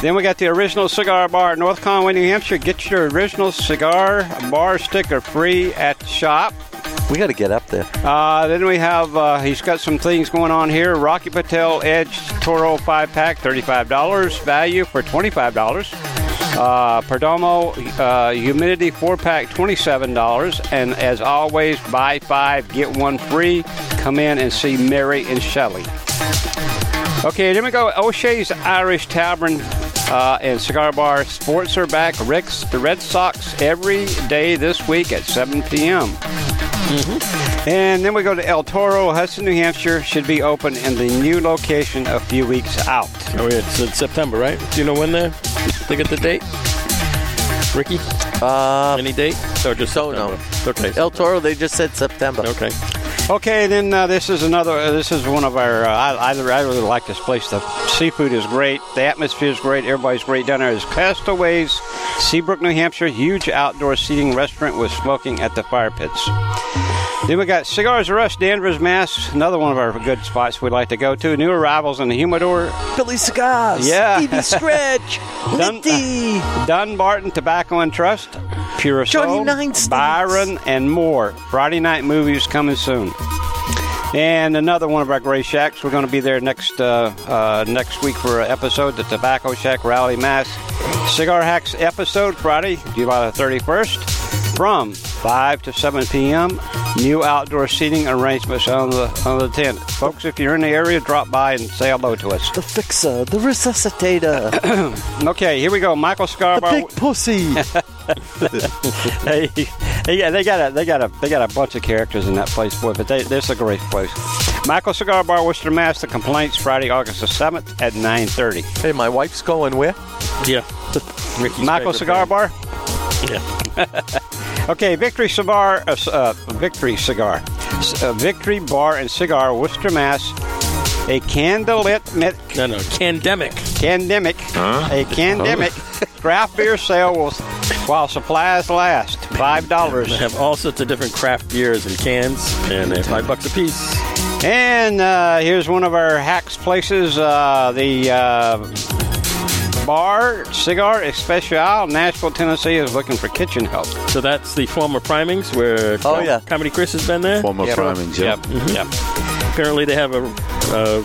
Speaker 8: Then we got the original cigar bar at North Conway, New Hampshire. Get your original cigar bar sticker free at the shop.
Speaker 1: We got to get up there.
Speaker 8: Uh, then we have, uh, he's got some things going on here. Rocky Patel Edge Toro 5 pack, $35. Value for $25. Uh, Perdomo uh, Humidity 4 pack, $27. And as always, buy five, get one free. Come in and see Mary and Shelley. Okay, then we go O'Shea's Irish Tavern uh, and Cigar Bar. Sports are back. Rick's, the Red Sox every day this week at 7 p.m. And then we go to El Toro, Hudson, New Hampshire. Should be open in the new location a few weeks out.
Speaker 4: Oh, yeah, it's, it's September, right? Do you know when they're? They get the date? Ricky?
Speaker 1: Uh,
Speaker 4: Any date? Or just
Speaker 1: don't know.
Speaker 4: Okay.
Speaker 1: El Toro. They just said September.
Speaker 4: Okay.
Speaker 8: Okay, then uh, this is another. Uh, this is one of our. Uh, I, I, I really like this place. The seafood is great. The atmosphere is great. Everybody's great down there. It's Castaways, Seabrook, New Hampshire. Huge outdoor seating restaurant with smoking at the fire pits. Then we got Cigars Rush, Danvers, Mass. Another one of our good spots we'd like to go to. New arrivals in the Humidor,
Speaker 1: Billy Cigars.
Speaker 8: Yeah.
Speaker 1: Stevie Stretch.
Speaker 8: Dun-
Speaker 1: Litty.
Speaker 8: Dunbarton Tobacco and Trust, Pure
Speaker 1: Johnny
Speaker 8: Soul,
Speaker 1: Nine Sticks.
Speaker 8: Byron, and more. Friday night movies coming soon. And another one of our great shacks. We're going to be there next uh, uh, next week for an episode, the Tobacco Shack Rally Mass Cigar Hacks episode, Friday, July the 31st, from 5 to 7 p.m. New outdoor seating arrangements on the on the tent. Folks, if you're in the area, drop by and say hello to us.
Speaker 1: The Fixer. The Resuscitator.
Speaker 8: Okay, here we go. Michael
Speaker 1: the
Speaker 8: Scarbar.
Speaker 1: Big Pussy.
Speaker 8: they, they, yeah, they got a they got a they got a bunch of characters in that place, boy. But they, this is a great place. Michael Cigar Bar, Worcester, Mass. The complaints Friday, August the seventh at nine thirty.
Speaker 1: hey, my wife's going where?
Speaker 4: Yeah. Ricky's
Speaker 8: Michael
Speaker 4: favorite
Speaker 8: Cigar
Speaker 4: thing.
Speaker 8: Bar.
Speaker 4: Yeah.
Speaker 8: Okay, Victory Cigar, uh, uh, Victory Cigar, S- uh, Victory Bar and Cigar, Worcester, Mass. A candlelit mit
Speaker 4: No, no. Candemic.
Speaker 8: pandemic, a pandemic craft beer sale will, while supplies last. Five dollars.
Speaker 4: They have all sorts of different craft beers and cans, and they're five bucks a piece.
Speaker 8: And uh, here's one of our hacks places uh, the uh, bar, Cigar Especial, Nashville, Tennessee, is looking for kitchen help.
Speaker 4: So that's the former primings where
Speaker 1: Oh, yeah.
Speaker 4: Comedy Chris has been there. Mm-hmm.
Speaker 2: Former primings. Yeah.
Speaker 4: Apparently, they have a uh,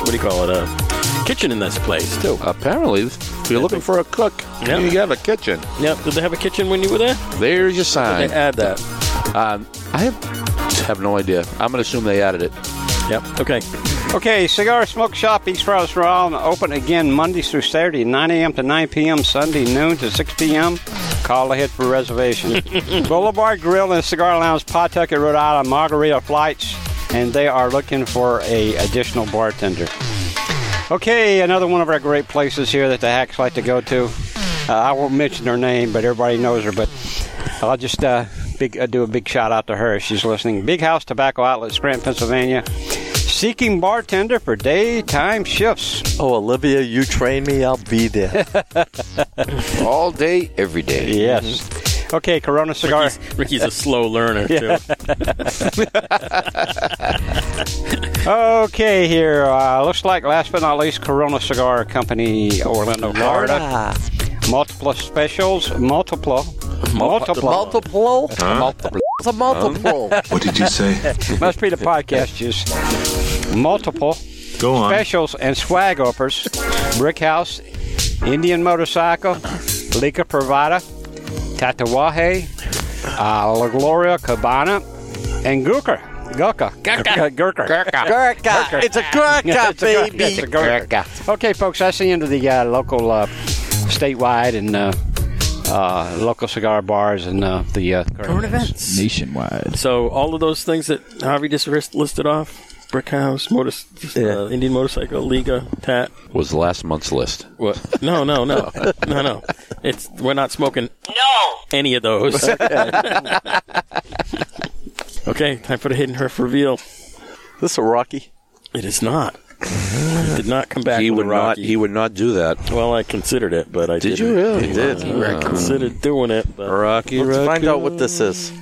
Speaker 4: what do you call it? A kitchen in this place too.
Speaker 2: Apparently, if you're looking for a cook,
Speaker 4: Yeah.
Speaker 2: you have a kitchen.
Speaker 4: Yep. Did they have a kitchen when you were there?
Speaker 2: There's your
Speaker 4: They
Speaker 2: sign.
Speaker 4: add that.
Speaker 2: Um, I have, have no idea. I'm going to assume they added it.
Speaker 4: Yep. Okay.
Speaker 8: Okay, Cigar Smoke Shop, East Rouse, Rhode Island, open again Mondays through Saturday, 9 a.m. to 9 p.m., Sunday, noon to 6 p.m. Call ahead for reservations. Boulevard Grill and Cigar Lounge, Pawtucket, Rhode Island, Margarita Flights, and they are looking for a additional bartender. Okay, another one of our great places here that the hacks like to go to. Uh, I won't mention her name, but everybody knows her. But I'll just uh, big, uh, do a big shout out to her. if She's listening. Big House Tobacco Outlet, Scranton, Pennsylvania. Seeking bartender for daytime shifts.
Speaker 1: Oh, Olivia, you train me. I'll be there.
Speaker 3: All day, every day.
Speaker 8: Yes. Okay, Corona Cigar.
Speaker 4: Ricky's a slow learner too.
Speaker 8: Okay, here. Uh, looks like last but not least, Corona Cigar Company, Orlando, Florida.
Speaker 1: Ah,
Speaker 8: Multiple specials. Multiple. Multiple.
Speaker 1: multiple. It's a multiple.
Speaker 13: What did you say?
Speaker 8: Must be the podcast juice. Multiple.
Speaker 13: Go on.
Speaker 8: specials and swag offers. Brick House, Indian Motorcycle, Lika Pravada, Tatawahe, uh, La Gloria Cabana, and Gurkha. Gurkha. Gurkha. Gurkha.
Speaker 6: Gurkha. It's a Gurkha,
Speaker 8: It's a Gurkha.
Speaker 6: baby.
Speaker 8: It's a Gurkha. Okay, folks, that's the end of the uh, local, uh, statewide, and uh, uh, local cigar bars and uh, the uh, current events.
Speaker 5: Nationwide.
Speaker 4: So all of those things that Harvey just ris- listed off: brick house, motor, uh, Indian motorcycle, Liga, Tat.
Speaker 2: Was last month's list.
Speaker 4: What? No, no, no, no, no. It's we're not smoking. No. Any of those. okay, time for the hidden herf reveal.
Speaker 1: This a Rocky?
Speaker 4: It is not. It did not come back.
Speaker 2: He
Speaker 4: with a
Speaker 2: would not.
Speaker 4: Rocky.
Speaker 2: He would not do that.
Speaker 4: Well, I considered it, but I
Speaker 2: Did
Speaker 4: didn't.
Speaker 2: you really?
Speaker 4: I
Speaker 2: Did.
Speaker 4: considered doing it, but
Speaker 2: Rocky.
Speaker 1: Let's
Speaker 2: Raccoon.
Speaker 1: find out what this is.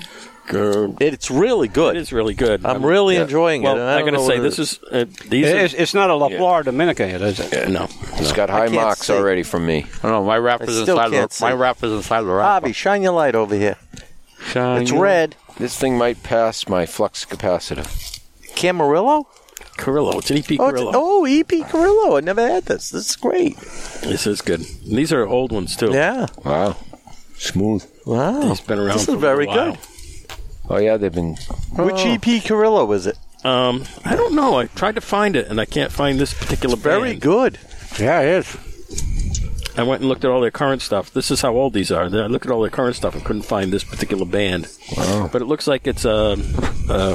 Speaker 1: It's really good.
Speaker 4: it is really good.
Speaker 1: I'm really enjoying
Speaker 4: well,
Speaker 1: it. and I
Speaker 4: I'm
Speaker 1: don't
Speaker 4: gonna
Speaker 1: know
Speaker 4: say
Speaker 1: what
Speaker 4: this
Speaker 1: it
Speaker 4: is uh, these.
Speaker 8: It's, it's not a La Flor Dominica yet, is it?
Speaker 4: are, no.
Speaker 3: It's got high
Speaker 1: can't
Speaker 3: marks
Speaker 1: see.
Speaker 3: already from me.
Speaker 9: I don't know. My wrap
Speaker 1: I
Speaker 9: is
Speaker 1: still
Speaker 9: inside.
Speaker 1: can't
Speaker 9: The,
Speaker 1: see.
Speaker 9: my wrap is inside the wrap.
Speaker 1: Bobby, shine your light over here. It's red.
Speaker 3: This thing might pass my flux capacitor.
Speaker 1: Camarillo?
Speaker 4: Carrillo. It's an EP
Speaker 1: Oh, it's,
Speaker 4: Carrillo.
Speaker 1: oh, EP Carrillo. I never had this. This is great.
Speaker 4: This is good. And these are old ones too.
Speaker 1: Yeah.
Speaker 3: Wow. Smooth.
Speaker 1: Wow.
Speaker 4: It's been around.
Speaker 1: This
Speaker 4: for
Speaker 1: is very
Speaker 4: a while.
Speaker 1: good.
Speaker 3: Oh, yeah, they've been.
Speaker 1: Which EP Carrillo is it?
Speaker 4: Um, I don't know. I tried to find it, and I can't find this particular
Speaker 1: Very
Speaker 4: band.
Speaker 1: good.
Speaker 8: Yeah, it is.
Speaker 4: I went and looked at all their current stuff. This is how old these are. Then I looked at all their current stuff and couldn't find this particular band. Wow. But it looks like it's a, a,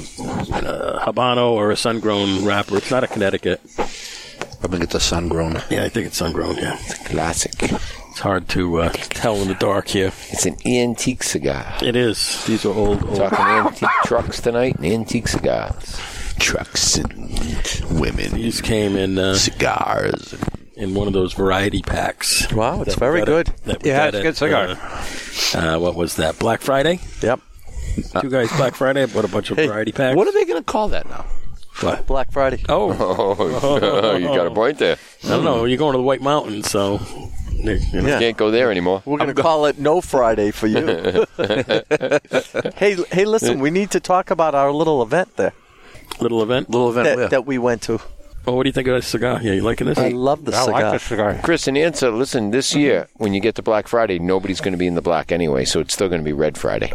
Speaker 4: a Habano or a Sungrown wrapper. It's not a Connecticut.
Speaker 2: I'm gonna get the sun grown.
Speaker 4: Yeah, I think it's Sungrown, yeah.
Speaker 3: Classic.
Speaker 4: It's hard to uh, tell in the dark here.
Speaker 3: It's an antique cigar.
Speaker 4: It is. These are old, old
Speaker 3: Talking antique trucks tonight and antique cigars.
Speaker 9: Trucks and women,
Speaker 4: These came in uh,
Speaker 9: cigars.
Speaker 4: in one of those variety packs.
Speaker 1: Wow, it's
Speaker 4: That we
Speaker 1: very
Speaker 4: got
Speaker 1: good.
Speaker 4: at- that we
Speaker 8: Yeah,
Speaker 4: got
Speaker 8: it's a good
Speaker 4: at, Uh, uh, what was that? Black Friday.
Speaker 1: Yep.
Speaker 4: Two guys Black Friday. I bought a bunch of
Speaker 1: Hey,
Speaker 4: variety packs.
Speaker 9: What are they going to call that now?
Speaker 4: What?
Speaker 1: Black Friday.
Speaker 4: Oh,
Speaker 3: Oh, you got a point there.
Speaker 4: I don't know. You're going to the White Mountain, so you know.
Speaker 1: Yeah.
Speaker 3: Can't go there anymore.
Speaker 1: We're going to call it No Friday for you. hey, hey, listen, we need to talk about our little event there
Speaker 4: little event.
Speaker 9: Little event.
Speaker 1: that,
Speaker 9: where?
Speaker 1: that we went to.
Speaker 4: Oh, what do you think of that cigar? Yeah, you liking this?
Speaker 1: I love the cigar.
Speaker 8: cigar.
Speaker 3: Chris, and answer, listen, this
Speaker 1: Mm-hmm.
Speaker 3: year, when you get to Black Friday, nobody's going to be in the black anyway, so it's still going to be Red Friday.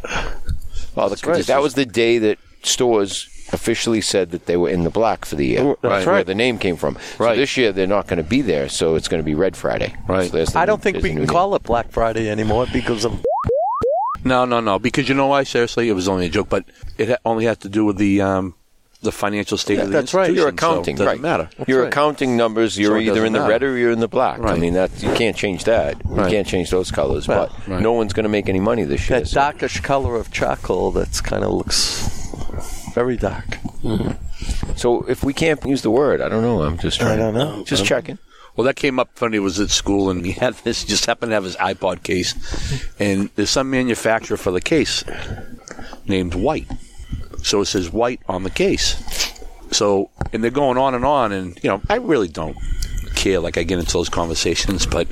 Speaker 3: Well, the, That was the day that stores officially said that they were in the black for the year.
Speaker 9: Right. that's
Speaker 3: Where
Speaker 9: right.
Speaker 3: the name came from.
Speaker 9: Right.
Speaker 3: So this year, they're not going to be there, so it's going to be Red Friday.
Speaker 9: Right.
Speaker 3: So there's the
Speaker 1: I
Speaker 3: new-
Speaker 1: don't think
Speaker 3: there's
Speaker 1: we
Speaker 3: the
Speaker 1: can
Speaker 3: new
Speaker 1: call it Black Friday anymore because of. Uh,
Speaker 9: No, no, no. Because you know why? Seriously, it was only a joke, but it ha- only has to do with the um, the financial state of the
Speaker 1: that's right.
Speaker 9: institution.
Speaker 3: You're
Speaker 9: so
Speaker 3: accounting,
Speaker 9: it doesn't
Speaker 3: right?
Speaker 9: matter.
Speaker 3: You're accounting numbers. You're
Speaker 9: it
Speaker 3: either
Speaker 9: doesn't
Speaker 3: in the
Speaker 9: matter.
Speaker 3: red or you're in the black. I
Speaker 9: Right.
Speaker 3: mean, that you can't change that.
Speaker 9: Right.
Speaker 3: You can't change those colors.
Speaker 1: Well,
Speaker 3: but
Speaker 9: right.
Speaker 3: no one's going to make any money this year.
Speaker 1: That
Speaker 3: so-
Speaker 1: darkish color of charcoal that's kind of looks very dark.
Speaker 3: So if we can't use the word, I don't know. I'm just trying.
Speaker 1: don't know.
Speaker 3: Just checking.
Speaker 9: Well, that came up funny. Was at school, and he had this. Just happened to have his iPod case, and there's some manufacturer for the case named White. So it says White on the case. So, and they're going on and on, and you know, I really don't care. Like I get into those conversations, but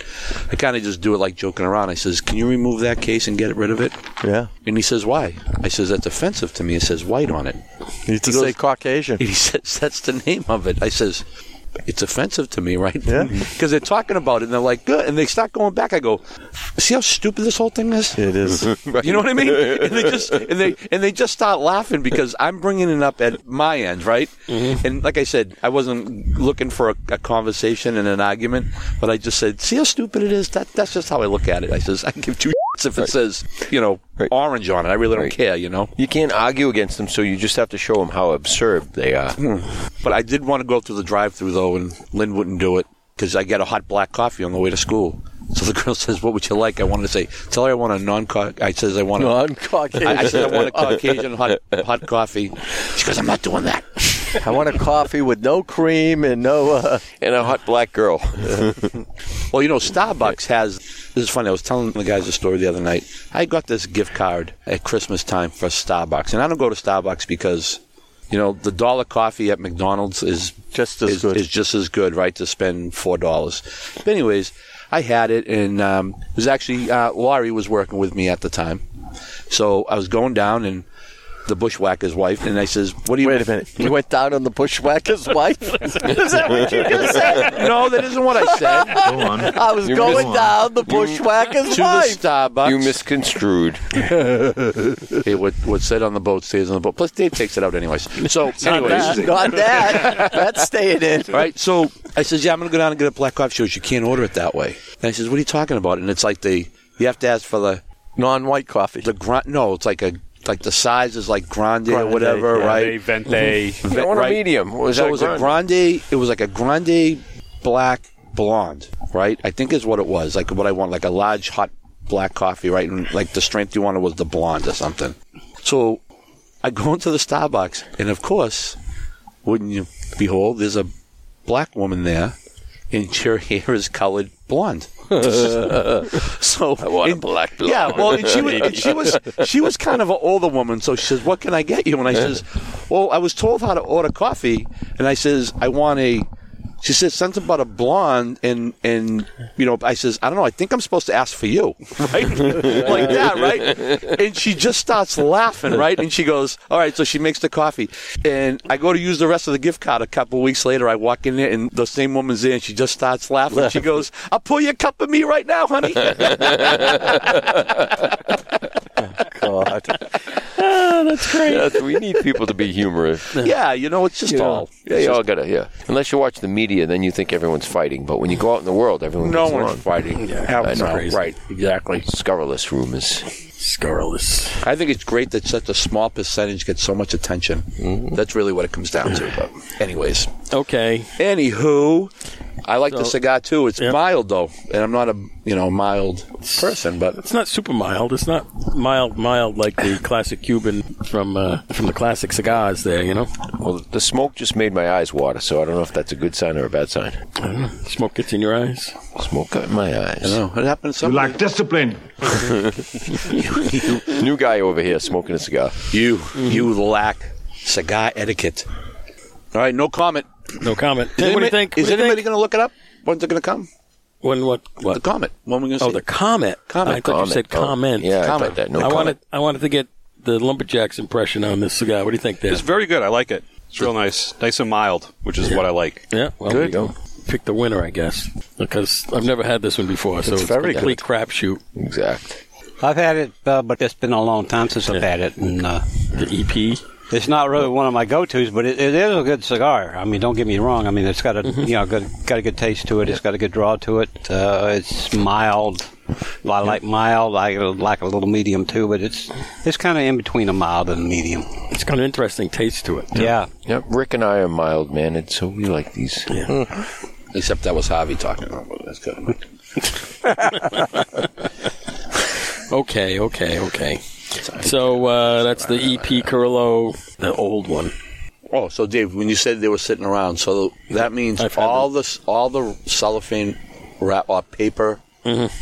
Speaker 9: I kind of just do it like joking around. I says, "Can you remove that case and get rid of it?"
Speaker 1: Yeah.
Speaker 9: And he says, "Why?" I says, "That's offensive to me." It says White on it.
Speaker 1: You need to
Speaker 9: He goes-
Speaker 1: say Caucasian.
Speaker 9: And he says, "That's the name of it." I says, "It's offensive to me, right?"
Speaker 1: Yeah.
Speaker 9: Because they're talking about it, and they're like, "Good," and they start going back. I go, "See how stupid this whole thing is."
Speaker 1: It is.
Speaker 9: You know what I mean? And they just and they and they just start laughing because I'm bringing it up at my end, right?
Speaker 3: Mm-hmm.
Speaker 9: And like I said, I wasn't looking for a, a conversation and an argument, but I just said, "See how stupid it is." That that's just how I look at it. I says, "I give two shits if it says, you know,
Speaker 3: Right.
Speaker 9: orange on it. I really
Speaker 3: Right.
Speaker 9: don't care, you know."
Speaker 3: You can't argue against them, so you just have to show them how absurd they are.
Speaker 9: Hmm, But I did want to go through the drive-through though, and Lynn wouldn't do it because I get a hot black coffee on the way to school. So the girl says, "What would you like?" I wanted to say, "Tell her I want a non-cock." I says, "I want a
Speaker 1: Non-Caucasian.
Speaker 9: I, I said, "I want a Caucasian hot hot coffee." She goes, "I'm not doing that."
Speaker 1: I want a coffee with no cream and no. Uh,
Speaker 3: And a hot black girl.
Speaker 9: Well, you know, Starbucks has. This is funny. I was telling the guys a story the other night. I got this gift card at Christmas time for Starbucks, and I don't go to Starbucks because, you know, the dollar coffee at McDonald's is
Speaker 1: Just as
Speaker 9: is,
Speaker 1: good.
Speaker 9: is just as good, right? To spend four dollars. But anyways, I had it, and um, it was actually uh, Laurie was working with me at the time, so I was going down and. the the bushwhacker's wife, and I says, "What do you?" Wait a minute.
Speaker 2: You went down on the bushwhacker's wife.
Speaker 6: Is that what you're gonna say?
Speaker 9: No, that isn't what I said.
Speaker 6: Go on.
Speaker 2: I was
Speaker 3: You
Speaker 2: going
Speaker 3: missed-
Speaker 2: down the
Speaker 3: you-
Speaker 2: bushwhacker's
Speaker 9: to
Speaker 2: wife.
Speaker 9: the Starbucks.
Speaker 3: You misconstrued.
Speaker 9: hey, what what's said on the boat stays on the boat. Plus, Dave takes it out anyways. So,
Speaker 2: not
Speaker 9: anyways,
Speaker 2: that. Not that. That's staying in.
Speaker 9: All right, so I says, "Yeah, I'm gonna go down and get a black coffee." She goes, "You can't order it that way." And I says, "What are you talking about?" And it's like they you have to ask for the
Speaker 2: non-white coffee.
Speaker 9: The grand, no, it's like a like the size is like grande, or
Speaker 2: Grande,
Speaker 9: whatever,
Speaker 2: yeah.
Speaker 9: right?
Speaker 4: Grande, vente.
Speaker 9: Mhm.
Speaker 3: I want a
Speaker 9: right?
Speaker 3: medium. Was
Speaker 9: so
Speaker 3: that
Speaker 9: it
Speaker 3: a
Speaker 9: was a grande. It was like a grande black blonde, right? I think is what it was. Like what I want, like a large hot black coffee, right? And like the strength you wanted was the blonde or something. So I go into the Starbucks, and of course, wouldn't you behold, there's a black woman there, and her hair is colored blonde. so I
Speaker 3: want a black blonde.
Speaker 9: Yeah, well, and she was and she was she was kind of an older woman, so she says, "What can I get you?" And I says, "Well, I was told how to order coffee," and I says, "I want a." She says something about a blonde, and and you know, I says, "I don't know. I think I'm supposed to ask for you, right? like that, right?" And she just starts laughing, right? And she goes, "All right." So she makes the coffee, and I go to use the rest of the gift card. A couple weeks later, I walk in there, and the same woman's there, and she just starts laughing. She goes, "I'll pour you a cup of me right now, honey."
Speaker 2: God.
Speaker 4: that's great.
Speaker 3: Yeah, we need people to be humorous.
Speaker 9: yeah, you know, it's just
Speaker 3: Yeah.
Speaker 9: all.
Speaker 3: Yeah, you all gotta. Yeah, unless you watch the media, then you think everyone's fighting. But when you go out in the world, everyone
Speaker 9: No
Speaker 3: gets
Speaker 9: one's
Speaker 3: along.
Speaker 9: fighting. Yeah,
Speaker 3: I
Speaker 9: it's
Speaker 3: know,
Speaker 9: crazy.
Speaker 3: right?
Speaker 9: Exactly.
Speaker 3: Scurrilous rumors.
Speaker 4: Scurrilous.
Speaker 9: I think it's great that such a small percentage gets so much attention.
Speaker 4: Mm-hmm.
Speaker 9: That's really what it comes down to. But, anyways,
Speaker 4: Okay.
Speaker 9: anywho, I like the
Speaker 4: So-
Speaker 9: cigar too. It's
Speaker 4: Yep.
Speaker 9: mild though, and I'm not a you know mild person, but
Speaker 4: It's not super mild. It's not mild, mild like the classic Cuban from uh, from the classic cigars. There, you know,
Speaker 3: Well, the smoke just made my eyes water, so I don't know if that's a good sign or a bad sign.
Speaker 4: I don't know. smoke gets in your eyes.
Speaker 3: Smoke got in my eyes.
Speaker 9: I don't know it happened to
Speaker 13: You
Speaker 9: some.
Speaker 13: lack discipline.
Speaker 3: New guy over here smoking a cigar.
Speaker 9: you
Speaker 4: Mm-hmm.
Speaker 9: you lack cigar etiquette. All right, no comment.
Speaker 4: No comment. what do you think?
Speaker 9: Is
Speaker 4: What do you
Speaker 9: anybody
Speaker 4: think?
Speaker 9: going to look it up? When's it going to come?
Speaker 4: When what?
Speaker 9: The
Speaker 4: What?
Speaker 9: comment. When we going to
Speaker 4: Oh,
Speaker 9: see?
Speaker 4: the
Speaker 9: it?
Speaker 4: comment.
Speaker 9: Comment, Oh,
Speaker 4: I thought you said comment.
Speaker 3: Oh, Yeah, I
Speaker 9: Comment.
Speaker 3: thought that. No
Speaker 4: I
Speaker 3: comment.
Speaker 4: wanted. I wanted to get the lumberjack's impression on this cigar. What do you think, there?
Speaker 10: It's very good. I like it. It's real nice, nice and mild, which is what I like.
Speaker 4: Yeah, well,
Speaker 3: Good.
Speaker 4: there you go. Pick the winner, I guess, because I've never had this one before, so
Speaker 2: It's
Speaker 4: it's,
Speaker 2: very
Speaker 4: a complete crapshoot.
Speaker 3: Exact.
Speaker 8: I've had it, uh, but it's been a long time since I've
Speaker 4: Yeah.
Speaker 8: had it, and uh,
Speaker 4: The E EP.
Speaker 8: it's not really one of my go-tos. But it, it is a good cigar. I mean, don't get me wrong. I mean, it's got a you know good, got a good taste to it. It's got a good draw to it. Uh, it's mild. I like mild. I like a little medium too, but it's it's kind of in between a mild and a medium.
Speaker 4: It's got an interesting taste to it.
Speaker 8: Yeah.
Speaker 3: Yep. Rick and I are mild mannered, so we like these.
Speaker 9: Except that was Javi talking. about it. That's good.
Speaker 4: Okay, okay, okay. So uh, that's the EP Carrillo, the old one.
Speaker 9: Oh, so Dave, when you said they were sitting around, so that means
Speaker 4: I've had
Speaker 9: all the all the cellophane wrap or paper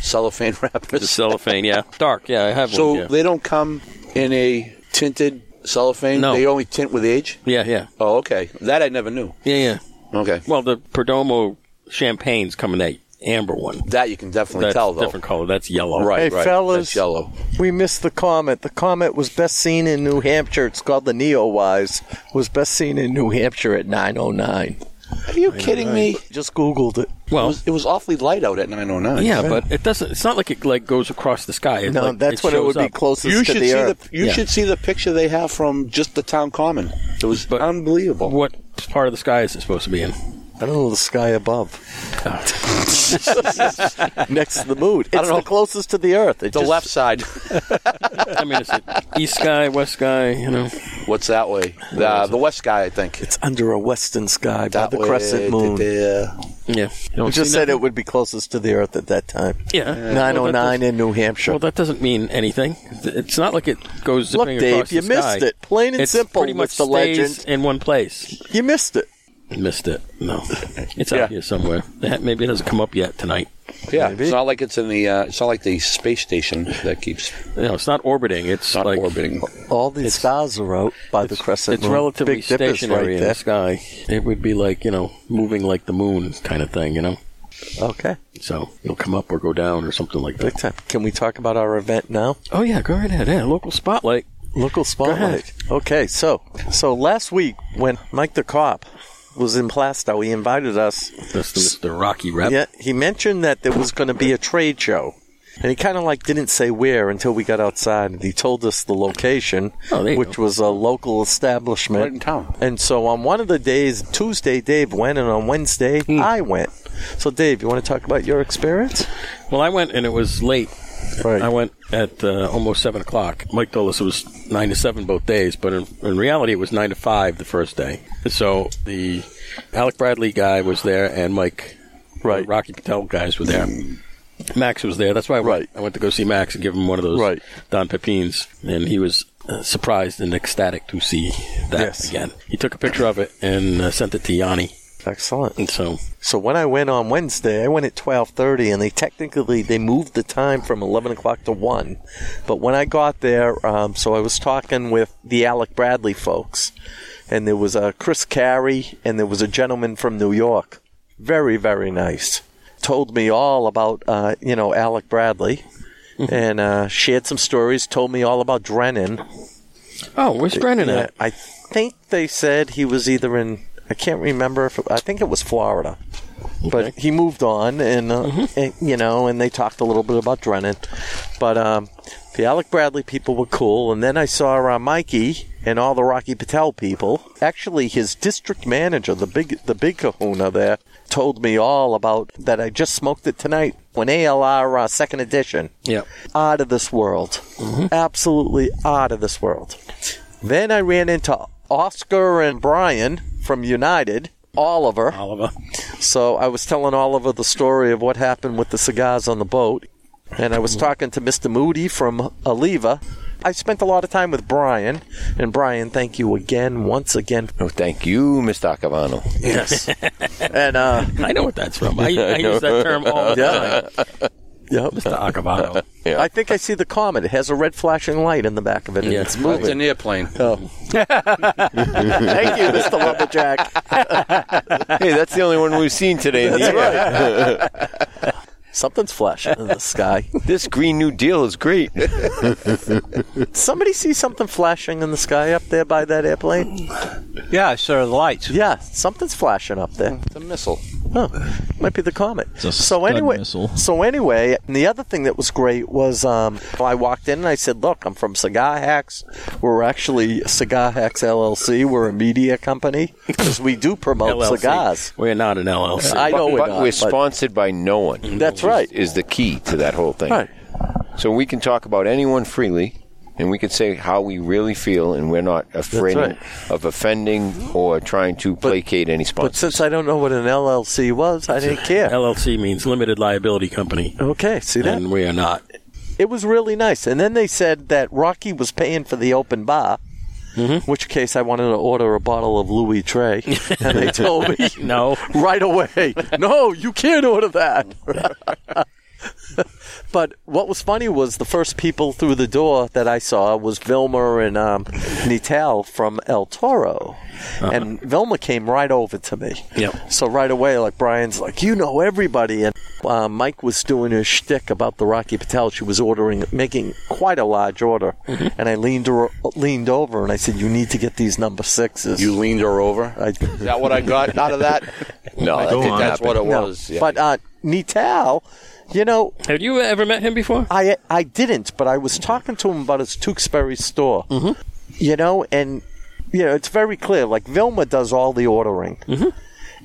Speaker 9: cellophane
Speaker 4: Mm-hmm. The
Speaker 9: wrappers.
Speaker 4: cellophane, yeah, dark, yeah. I have
Speaker 9: So
Speaker 4: one. Yeah.
Speaker 9: they don't come in a tinted cellophane.
Speaker 4: No.
Speaker 9: They only tint with age.
Speaker 4: yeah, yeah,
Speaker 9: Oh, okay. That I never knew.
Speaker 4: yeah, yeah.
Speaker 9: Okay.
Speaker 4: Well, the Perdomo champagne's coming in a amber one.
Speaker 9: That you can definitely
Speaker 4: That's
Speaker 9: tell
Speaker 4: a
Speaker 9: though.
Speaker 4: different color. That's yellow.
Speaker 9: Right,
Speaker 2: Hey,
Speaker 9: right.
Speaker 2: fellas.
Speaker 9: That's yellow.
Speaker 2: We missed the comet. The comet was best seen in New Hampshire. It's called the Neowise. Was best seen in New Hampshire at 909.
Speaker 9: Are you kidding me?
Speaker 2: Just Googled it.
Speaker 9: It
Speaker 4: Well,
Speaker 9: was, it was awfully light out at nine oh nine.
Speaker 4: Oh. yeah, but it doesn't. It's not like it like goes across the sky. It,
Speaker 2: No,
Speaker 4: like,
Speaker 2: that's when it would
Speaker 4: shows
Speaker 2: be
Speaker 4: up.
Speaker 2: closest
Speaker 9: You
Speaker 2: to
Speaker 9: should
Speaker 2: the
Speaker 9: see
Speaker 2: Earth.
Speaker 9: the you
Speaker 4: Yeah.
Speaker 9: should see the picture they have from just the town common. It was
Speaker 4: But-
Speaker 9: unbelievable.
Speaker 4: What part of the sky is it supposed to be in?
Speaker 2: I don't know the sky above. Next to the moon. It's
Speaker 9: know.
Speaker 2: the closest to the Earth. It
Speaker 9: the
Speaker 2: just-
Speaker 9: left side.
Speaker 4: I mean, is it east sky, west sky? You know,
Speaker 9: What's that way? The, the west guy, I think.
Speaker 2: It's under a western sky by
Speaker 9: that
Speaker 2: the
Speaker 9: way, uh,
Speaker 2: crescent moon. It
Speaker 9: there.
Speaker 4: yeah.
Speaker 2: just said it would be closest to the Earth at that time.
Speaker 4: Yeah.
Speaker 2: 909
Speaker 4: Well, that does-
Speaker 2: in New Hampshire.
Speaker 4: Well, that doesn't mean anything. It's not like it goes
Speaker 2: Look,
Speaker 4: zipping
Speaker 2: Dave,
Speaker 4: across
Speaker 2: you
Speaker 4: the
Speaker 2: missed
Speaker 4: sky.
Speaker 2: it. Plain and
Speaker 4: it's
Speaker 2: simple
Speaker 4: Pretty
Speaker 2: was
Speaker 4: much
Speaker 2: the
Speaker 4: stays
Speaker 2: legend.
Speaker 4: in one place.
Speaker 2: you missed it.
Speaker 4: Missed it. No, it's out here somewhere. Eh, Maybe it doesn't come up yet tonight.
Speaker 9: Yeah,
Speaker 2: Maybe.
Speaker 9: it's not like it's in the. Uh, it's not like the space station that keeps
Speaker 4: No, it's not orbiting. It's
Speaker 9: not
Speaker 4: like
Speaker 9: orbiting.
Speaker 2: All these stars are out by the crescent
Speaker 4: It's
Speaker 2: moon.
Speaker 4: relatively
Speaker 2: Big Dipper's
Speaker 4: stationary
Speaker 2: right
Speaker 4: in
Speaker 2: there.
Speaker 4: the sky. It would be like you know moving like the moon kind of thing. You know,
Speaker 2: Okay,
Speaker 4: so it'll come up or go down or something like
Speaker 2: big
Speaker 4: that.
Speaker 2: time. Can we talk about our event now?
Speaker 4: Oh yeah, go right ahead. Yeah, local spotlight.
Speaker 1: Local spotlight. Okay, so so last week when Mike the cop was in Plastow, he invited us.
Speaker 9: That's Mr. Rocky Rep.
Speaker 1: Yeah, he mentioned that there was going to be a trade show, and he kind of like didn't say where until we got outside, and he told us the location,
Speaker 9: Oh, there you
Speaker 1: which was a local establishment
Speaker 9: Right in town.
Speaker 1: And so on one of the days, Tuesday, Dave went, and on Wednesday,
Speaker 9: Hmm.
Speaker 1: I went. So Dave, you want to talk about your experience?
Speaker 4: Well, I went and it was late.
Speaker 1: Right.
Speaker 4: I went at uh, almost seven o'clock. Mike told us it was nine to seven both days, but in, in reality, it was nine to five the first day. So the Alec Bradley guy was there, and Mike, right, Rocky Patel guys were there. Max was there. That's why I went, I went to go see Max and give him one of those Don Pepines, and he was uh, surprised and ecstatic to see that again. He took a picture of it and uh, sent it to Yanni.
Speaker 1: Excellent.
Speaker 4: And so
Speaker 1: So when I went on Wednesday, I went at twelve thirty, and they technically they moved the time from eleven o'clock to one. But when I got there, um, so I was talking with the Alec Bradley folks, and there was a Chris Carey, and there was a gentleman from New York, very very nice. Told me all about uh, you know Alec Bradley, and uh, shared some stories. Told me all about Drennan.
Speaker 4: Oh, where's Brennan
Speaker 1: Yeah,
Speaker 4: at?
Speaker 1: I think they said he was either in. I can't remember if I think it was Florida, but he moved on, and, uh, and, you know, and they talked a little bit about Drennan, but um, the Alec Bradley people were cool, and then I saw uh, Mikey and all the Rocky Patel people. Actually, his district manager, the big the big Kahuna there, told me all about that. I just smoked it tonight when ALR uh, Second Edition
Speaker 4: Yep.
Speaker 1: out of this world. Absolutely out of this world. Then I ran into Oscar and Brian from United, Oliver.
Speaker 4: Oliver.
Speaker 1: So I was telling Oliver the story of what happened with the cigars on the boat. And I was talking to Mr. Moody from Oliva. I spent a lot of time with Brian. And Brian, thank you again, once again.
Speaker 3: Oh, thank you, Mr. Acavano.
Speaker 1: Yes. and uh,
Speaker 4: I know what that's from. I, I use that term all the time.
Speaker 1: Yep.
Speaker 4: Mr. Acavano.
Speaker 1: I think I see the comet. It has a red flashing light in the back of it. And
Speaker 4: Yeah.
Speaker 1: it's moving. Oh.
Speaker 9: It's an airplane.
Speaker 1: Thank you, Mr. Lumberjack.
Speaker 3: hey, that's the only one we've seen today. in the
Speaker 1: That's
Speaker 3: year.
Speaker 1: Something's flashing in the sky.
Speaker 3: This Green New Deal is great.
Speaker 1: Somebody see something flashing in the sky up there by that airplane?
Speaker 8: Yeah, sir, the lights.
Speaker 1: Yeah, something's flashing up there.
Speaker 9: It's a missile.
Speaker 1: Huh. Might be the comet.
Speaker 5: a
Speaker 1: so
Speaker 5: scud
Speaker 1: anyway,
Speaker 5: missile.
Speaker 1: so anyway, and the other thing that was great was um, I walked in and I said, "Look, I'm from Cigar Hacks. We're actually Cigar Hacks LLC. We're a media company because we do promote
Speaker 4: LLC.
Speaker 1: cigars.
Speaker 4: We're not an LLC.
Speaker 1: I know
Speaker 3: but,
Speaker 1: we're
Speaker 3: but
Speaker 1: not,
Speaker 3: we're
Speaker 1: but-
Speaker 3: sponsored by no one.
Speaker 1: That's
Speaker 3: is-
Speaker 1: right.
Speaker 3: Is the key to that whole thing.
Speaker 1: Right.
Speaker 3: So we can talk about anyone freely, and we can say how we really feel, and we're not afraid
Speaker 1: right.
Speaker 3: of offending or trying to placate any
Speaker 1: But
Speaker 3: sponsor.
Speaker 1: since I don't know what an LLC was, I didn't care.
Speaker 4: LLC means limited liability company,
Speaker 1: Okay, see that?
Speaker 4: and we are not.
Speaker 1: it was really nice. And then they said that Rocky was paying for the open bar.
Speaker 4: Mm-hmm.
Speaker 1: Which case I wanted to order a bottle of Louis Trey, and they told me
Speaker 4: No.
Speaker 1: right away, no, you can't order that. but what was funny was the first people through the door that I saw was Vilma and um, Nital from El Toro, and Vilma came right over to me.
Speaker 4: Uh-huh. Yep.
Speaker 1: So right away, like Brian's like, you know everybody, and uh, Mike was doing his shtick about the Rocky Patel. She was ordering, making quite a large order,
Speaker 9: Mm-hmm.
Speaker 1: and I leaned her, leaned over and I said, you need to get these number sixes.
Speaker 9: You leaned her over.
Speaker 1: I,
Speaker 9: Is that what I got out of that?
Speaker 3: no,
Speaker 9: I
Speaker 3: that
Speaker 9: think
Speaker 3: didn't
Speaker 9: that's
Speaker 3: happen.
Speaker 9: what it
Speaker 1: No,
Speaker 9: was. yeah.
Speaker 1: But uh, Nital, you know,
Speaker 4: Have you ever met him before?
Speaker 1: I I didn't, but I was talking to him about his Tewksbury store.
Speaker 9: Mm-hmm.
Speaker 1: You know, and you know, it's very clear. Like Vilma does all the ordering.
Speaker 9: Mm-hmm.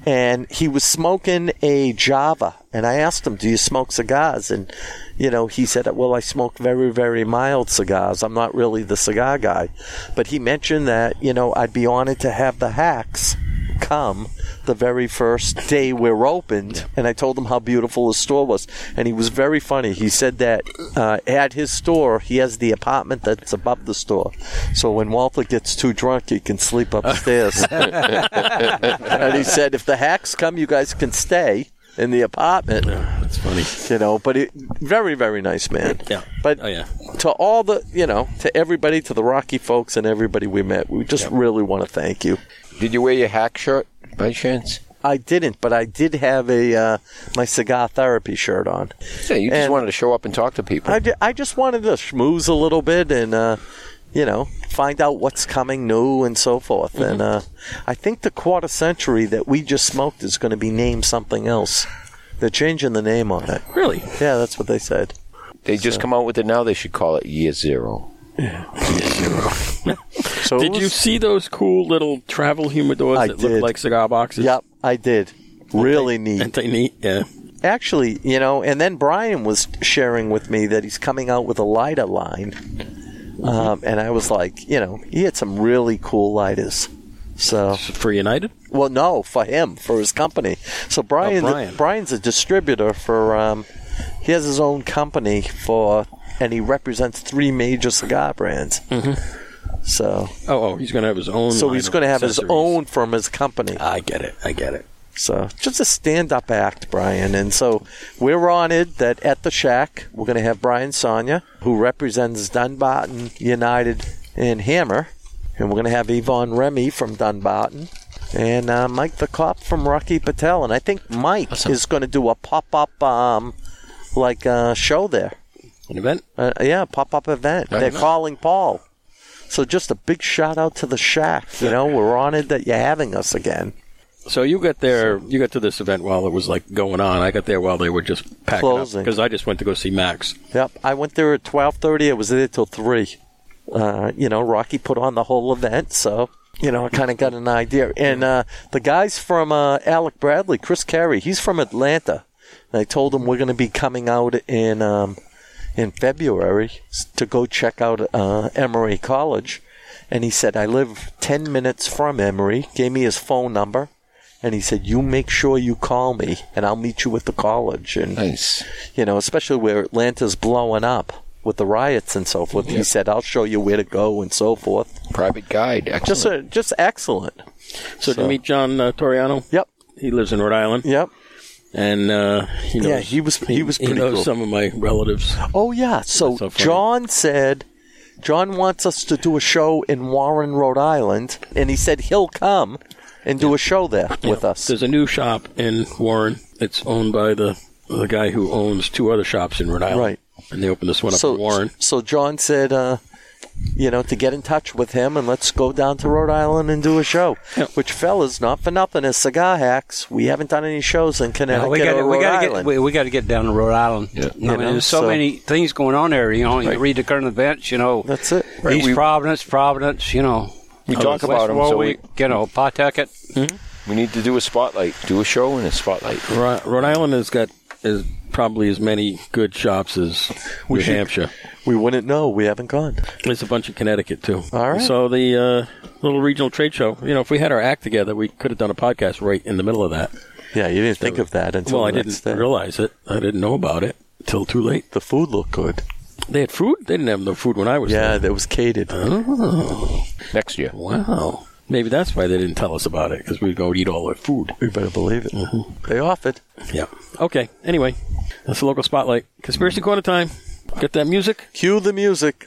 Speaker 1: And he was smoking a Java, and I asked him, "Do you smoke cigars?" And you know, he said, "Well, I smoke very, very mild cigars. I'm not really the cigar guy." But he mentioned that you know I'd be honored to have the hacks come the very first day we're opened, and I told him how beautiful his store was, and he was very funny. He said that uh, at his store, he has the apartment that's above the store, so when Walter gets too drunk, he can sleep upstairs. and he said, if the hacks come, you guys can stay in the apartment.
Speaker 4: That's funny.
Speaker 1: You know, but it, very, very nice man.
Speaker 4: Yeah.
Speaker 1: But
Speaker 4: Oh, yeah.
Speaker 1: to all the, you know, to everybody, to the Rocky folks and everybody we met, we just really want to thank you.
Speaker 3: Did you wear your hack shirt by chance?
Speaker 1: I didn't, but I did have a uh, my cigar therapy shirt on.
Speaker 3: Yeah, you just
Speaker 1: And-
Speaker 3: wanted to show up and talk to people.
Speaker 1: I, ju- I just wanted to schmooze a little bit and, uh, you know, find out what's coming new and so forth. And uh, I think the quarter century that we just smoked is going to be named something else. They're changing the name on it.
Speaker 4: Really?
Speaker 1: Yeah, that's what they said.
Speaker 3: They just come out with it now. They should call it Year Zero.
Speaker 1: So
Speaker 4: did you see those cool little travel humidors
Speaker 1: I
Speaker 4: that
Speaker 1: did.
Speaker 4: look like cigar boxes?
Speaker 1: Yep, I did. Really neat.
Speaker 4: Aren't they neat? Yeah.
Speaker 1: Actually, you know, and then Brian was sharing with me that he's coming out with a lighter line. Um, and I was like, you know, he had some really cool lighters. So
Speaker 4: for United?
Speaker 1: Well, no, for him, for his company. So Brian's
Speaker 4: Oh, Brian.
Speaker 1: Brian's a distributor for. Um, he has his own company for, and he represents three major cigar brands. Mm-hmm. So
Speaker 4: Oh, oh, he's going to have his own.
Speaker 1: so
Speaker 4: line
Speaker 1: he's
Speaker 4: of
Speaker 1: going to have his
Speaker 4: accessories.
Speaker 1: own from his company.
Speaker 4: I get it. I get it.
Speaker 1: So just a stand-up act, Brian. And so we're honored that at the shack we're going to have Brian Sonia, who represents Dunbarton United and Hammer, and we're going to have Yvonne Remy from Dunbarton. And uh, Mike the cop from Rocky Patel, and I think Mike is going to do a pop-up, um, like uh, show there.
Speaker 4: An event?
Speaker 1: Uh, yeah, pop up event.
Speaker 4: Right.
Speaker 1: They're calling Paul. So just a big shout out to the Shack. You know, we're honored that you're having us again.
Speaker 4: So you got there. You got to this event while it was like going on. I got there while they were just packing
Speaker 1: Closing.
Speaker 4: because I just went to go see Max.
Speaker 1: Yep, I went there at twelve thirty. I was there till three. Uh, you know, Rocky put on the whole event, so you know I kind of got an idea. And uh, the guys from uh, Alec Bradley, Chris Carey, he's from Atlanta. And I told him we're going to be coming out in um, in February s- to go check out uh, Emory College, and he said I live ten minutes from Emory. Gave me his phone number. And he said, "You make sure you call me, and I'll meet you at the college." And
Speaker 3: nice,
Speaker 1: you know, especially where Atlanta's blowing up with the riots and so forth. He said, "I'll show you where to go and so forth."
Speaker 3: Private guide, excellent.
Speaker 1: Just, a, just excellent.
Speaker 4: So, did you meet John uh, Toriano?
Speaker 1: Yep.
Speaker 4: He lives in Rhode Island.
Speaker 1: Yep.
Speaker 4: And uh, he knows,
Speaker 1: Yeah, he was- he was
Speaker 4: he
Speaker 1: pretty
Speaker 4: knows
Speaker 1: cool.
Speaker 4: some of my relatives.
Speaker 1: Oh yeah. So,
Speaker 4: so funny.
Speaker 1: John said, John wants us to do a show in Warren, Rhode Island, and he said he'll come and do a show there with us.
Speaker 4: There's a new shop in Warren. It's owned by the the guy who owns two other shops in Rhode Island.
Speaker 1: Right.
Speaker 4: And they opened this one up
Speaker 1: so
Speaker 4: in Warren.
Speaker 1: So John said, uh, you know, to get in touch with him and let's go down to Rhode Island and do a show. Which, fellas, not for nothing, as cigar hacks, we haven't done any shows in Connecticut
Speaker 8: we got
Speaker 1: or Rhode
Speaker 8: we got to
Speaker 1: Island.
Speaker 8: get we, we got to get down to Rhode Island. I mean,
Speaker 1: You know,
Speaker 8: there's so,
Speaker 1: so-
Speaker 8: many things going on there. You know, you read the current events. You know,
Speaker 1: That's it.
Speaker 8: East Providence, Providence. You know,
Speaker 3: We talk
Speaker 8: West
Speaker 3: about 'em, so
Speaker 8: Warwick, you know, Pawtucket.
Speaker 3: We need to do a spotlight. Do a show in a spotlight.
Speaker 4: Rhode, Rhode Island has got is probably as many good shops as New
Speaker 1: should-
Speaker 4: Hampshire.
Speaker 1: We wouldn't know. We haven't gone.
Speaker 4: There's a bunch in Connecticut too.
Speaker 1: All right.
Speaker 4: So the uh, little regional trade show. You know, if we had our act together, we could have done a podcast right in the middle of that.
Speaker 1: Yeah, you didn't think of that until
Speaker 4: well, I
Speaker 1: the
Speaker 4: didn't
Speaker 1: next day.
Speaker 4: realize it. I didn't know about it till too late.
Speaker 1: The food looked good.
Speaker 4: They had food. They didn't have no food when I was Uh,
Speaker 1: Yeah,
Speaker 4: there.
Speaker 1: that was catered.
Speaker 4: Oh,
Speaker 3: Next year.
Speaker 4: wow. Maybe that's why they didn't tell us about it because we'd go eat all their food.
Speaker 1: You better believe it. They offered.
Speaker 4: Yeah. Okay. Anyway, that's the local spotlight. Conspiracy corner time. Get that music.
Speaker 1: Cue the music.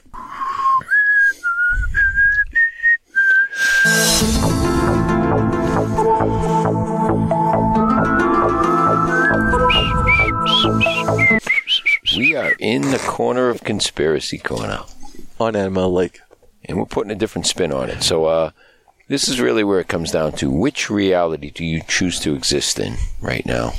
Speaker 3: We are in the corner of conspiracy corner,
Speaker 1: On Animal Lake.
Speaker 3: and we're putting a different spin on it. So, uh, this is really where it comes down to: which reality do you choose to exist in right now?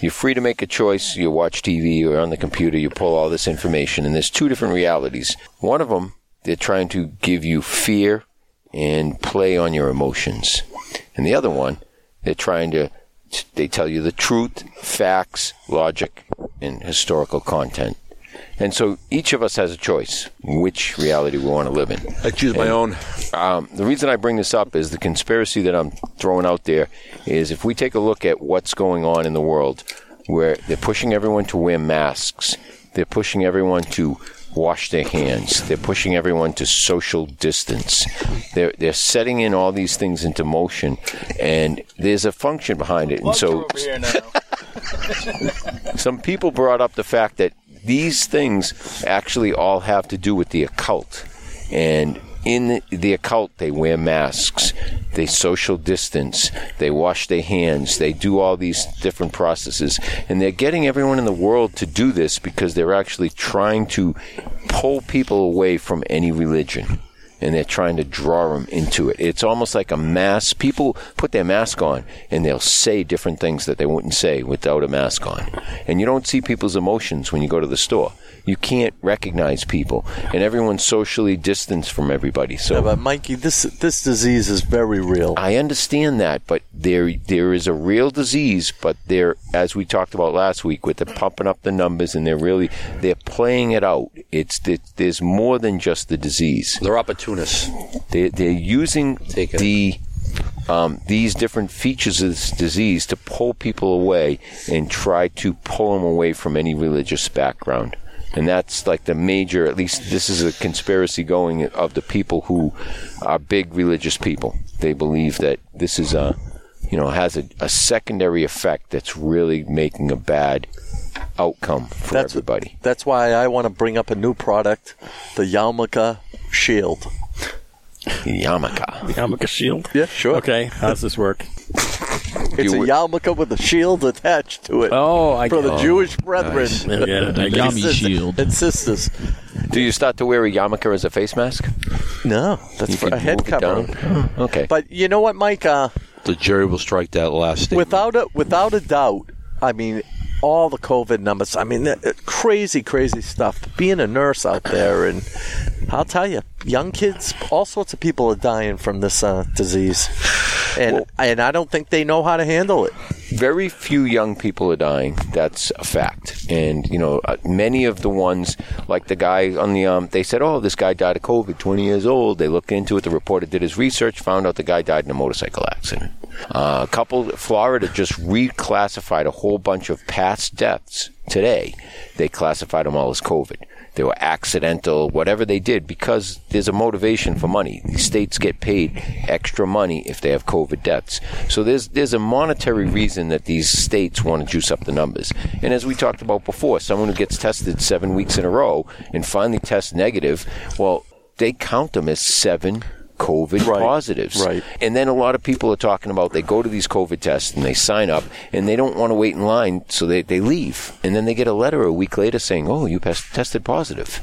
Speaker 3: You're free to make a choice. You watch TV, or on the computer, you pull all this information, and there's two different realities. One of them, they're trying to give you fear and play on your emotions, and the other one, they're trying to they tell you the truth, facts, logic, and historical content. And so each of us has a choice which reality we want to live in.
Speaker 9: I choose my own.
Speaker 3: Um, the reason I bring this up is the conspiracy that I'm throwing out there is if we take a look at what's going on in the world, where they're pushing everyone to wear masks, they're pushing everyone to wash their hands, they're pushing everyone to social distance, they're they're setting in all these things into motion, and there's a function behind it. And so some people brought up the fact that these things actually all have to do with the occult. And in the, the occult, they wear masks, they social distance, they wash their hands, they do all these different processes. And they're getting everyone in the world to do this because they're actually trying to pull people away from any religion. and they're trying to draw them into it. It's almost like a mask. People put their mask on and they'll say different things that they wouldn't say without a mask on. And you don't see people's emotions when you go to the store. You can't recognize people, and everyone's socially distanced from everybody. So,
Speaker 1: but Mikey, this this disease is very real.
Speaker 3: I understand that, but there there is a real disease. But they're as we talked about last week with the pumping up the numbers, and they're really they're playing it out. It's the, there's more than just the disease.
Speaker 9: They're opportunists.
Speaker 3: They they're using the um, these different features of this disease to pull people away and try to pull them away from any religious background. And that's like the major, at least this is a conspiracy going of the people who are big religious people. They believe that this is a, you know, has a, a secondary effect that's really making a bad outcome for everybody.
Speaker 1: That's why I want to bring up a new product, the Yarmulke Shield.
Speaker 3: Yarmulke.
Speaker 4: Yarmulke Shield?
Speaker 1: Yeah, sure.
Speaker 4: Okay, how does this work?
Speaker 1: It's a yarmulke with a shield attached to it.
Speaker 4: Oh, I
Speaker 1: For
Speaker 4: get
Speaker 1: the
Speaker 4: it.
Speaker 1: Jewish brethren.
Speaker 4: Nice. Yeah, yeah, I get it.
Speaker 1: And
Speaker 4: Yami
Speaker 1: sis-
Speaker 4: shield.
Speaker 1: And sisters.
Speaker 3: Do you start to wear a yarmulke as a face mask?
Speaker 1: No, that's
Speaker 3: You
Speaker 1: for
Speaker 3: could
Speaker 1: a head
Speaker 3: move it
Speaker 1: cover.
Speaker 3: down. Okay.
Speaker 1: But you know what, Mike? Uh,
Speaker 9: The jury will strike that last statement.
Speaker 1: without a without a doubt, I mean, all the COVID numbers. I mean, that- uh, crazy, crazy stuff. Being a nurse out there, and I'll tell you, young kids, all sorts of people are dying from this uh, disease, and and I don't think they know how to handle it.
Speaker 3: very few young people are dying. That's a fact. And you know, uh, many of the ones like the guy on the um, they said, "Oh, this guy died of COVID, 20 years old." They looked into it. The reporter did his research, found out the guy died in a motorcycle accident. Uh, a couple, Florida just reclassified a whole bunch of past deaths today. They classified them all as COVID. They were accidental, whatever they did, because there's a motivation for money. These states get paid extra money if they have COVID deaths. So there's there's a monetary reason that these states want to juice up the numbers. And as we talked about before, someone who gets tested seven weeks in a row and finally tests negative, well, they count them as seven COVID positives.
Speaker 1: right.
Speaker 3: And then a lot of people are talking about they go to these COVID tests and they sign up and they don't want to wait in line, so they, they leave. And then they get a letter a week later saying, oh, you pes- tested positive.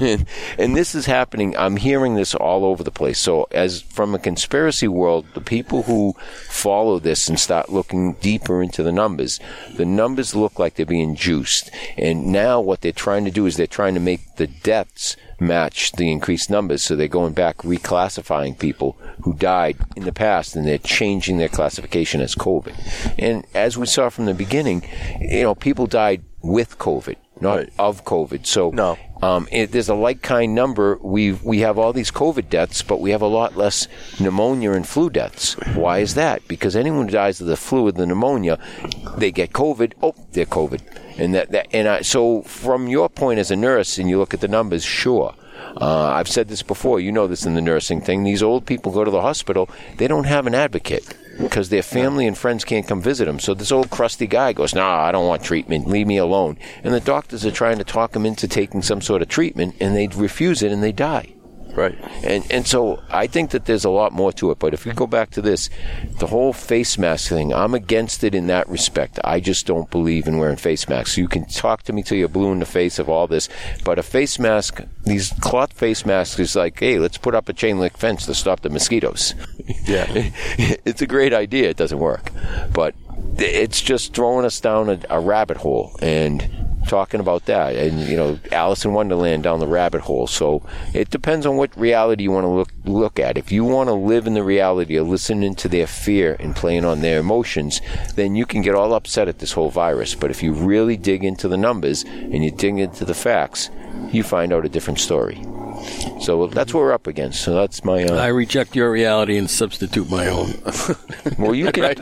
Speaker 3: and, and this is happening. I'm hearing this all over the place. So, as from a conspiracy world, the people who follow this and start looking deeper into the numbers, the numbers look like they're being juiced. And now what they're trying to do is they're trying to make the deaths match the increased numbers. So they're going back reclassifying people who died in the past and they're changing their classification as COVID. And as we saw from the beginning, you know, people died with COVID, not of COVID. So no. Um, it, there's a like kind number. We we have all these COVID deaths, but we have a lot less pneumonia and flu deaths. Why is that? Because anyone who dies of the flu or the pneumonia, they get COVID. Oh, they're COVID and that, that and I, so from your point as a nurse and you look at the numbers sure uh, I've said this before. You know this in the nursing thing. These old people go to the hospital. They don't have an advocate because their family and friends can't come visit them. So this old crusty guy goes, "Nah, I don't want treatment. Leave me alone." And the doctors are trying to talk him into taking some sort of treatment, and they refuse it, and they die.
Speaker 1: Right.
Speaker 3: And and so I think that there's a lot more to it. But if we go back to this, the whole face mask thing, I'm against it in that respect. I just don't believe in wearing face masks. You can talk to me till you're blue in the face of all this, but a face mask, these cloth face masks, is like, hey, let's put up a chain link fence to stop the mosquitoes.
Speaker 1: Yeah.
Speaker 3: it's a great idea. It doesn't work, but it's just throwing us down a, a rabbit hole and talking about that and you know alice in wonderland down the rabbit hole so it depends on what reality you want to look look at if you want to live in the reality of listening to their fear and playing on their emotions then you can get all upset at this whole virus but if you really dig into the numbers and you dig into the facts you find out a different story so that's what we're up against so that's my uh,
Speaker 4: I reject your reality and substitute my own.
Speaker 3: well, you can.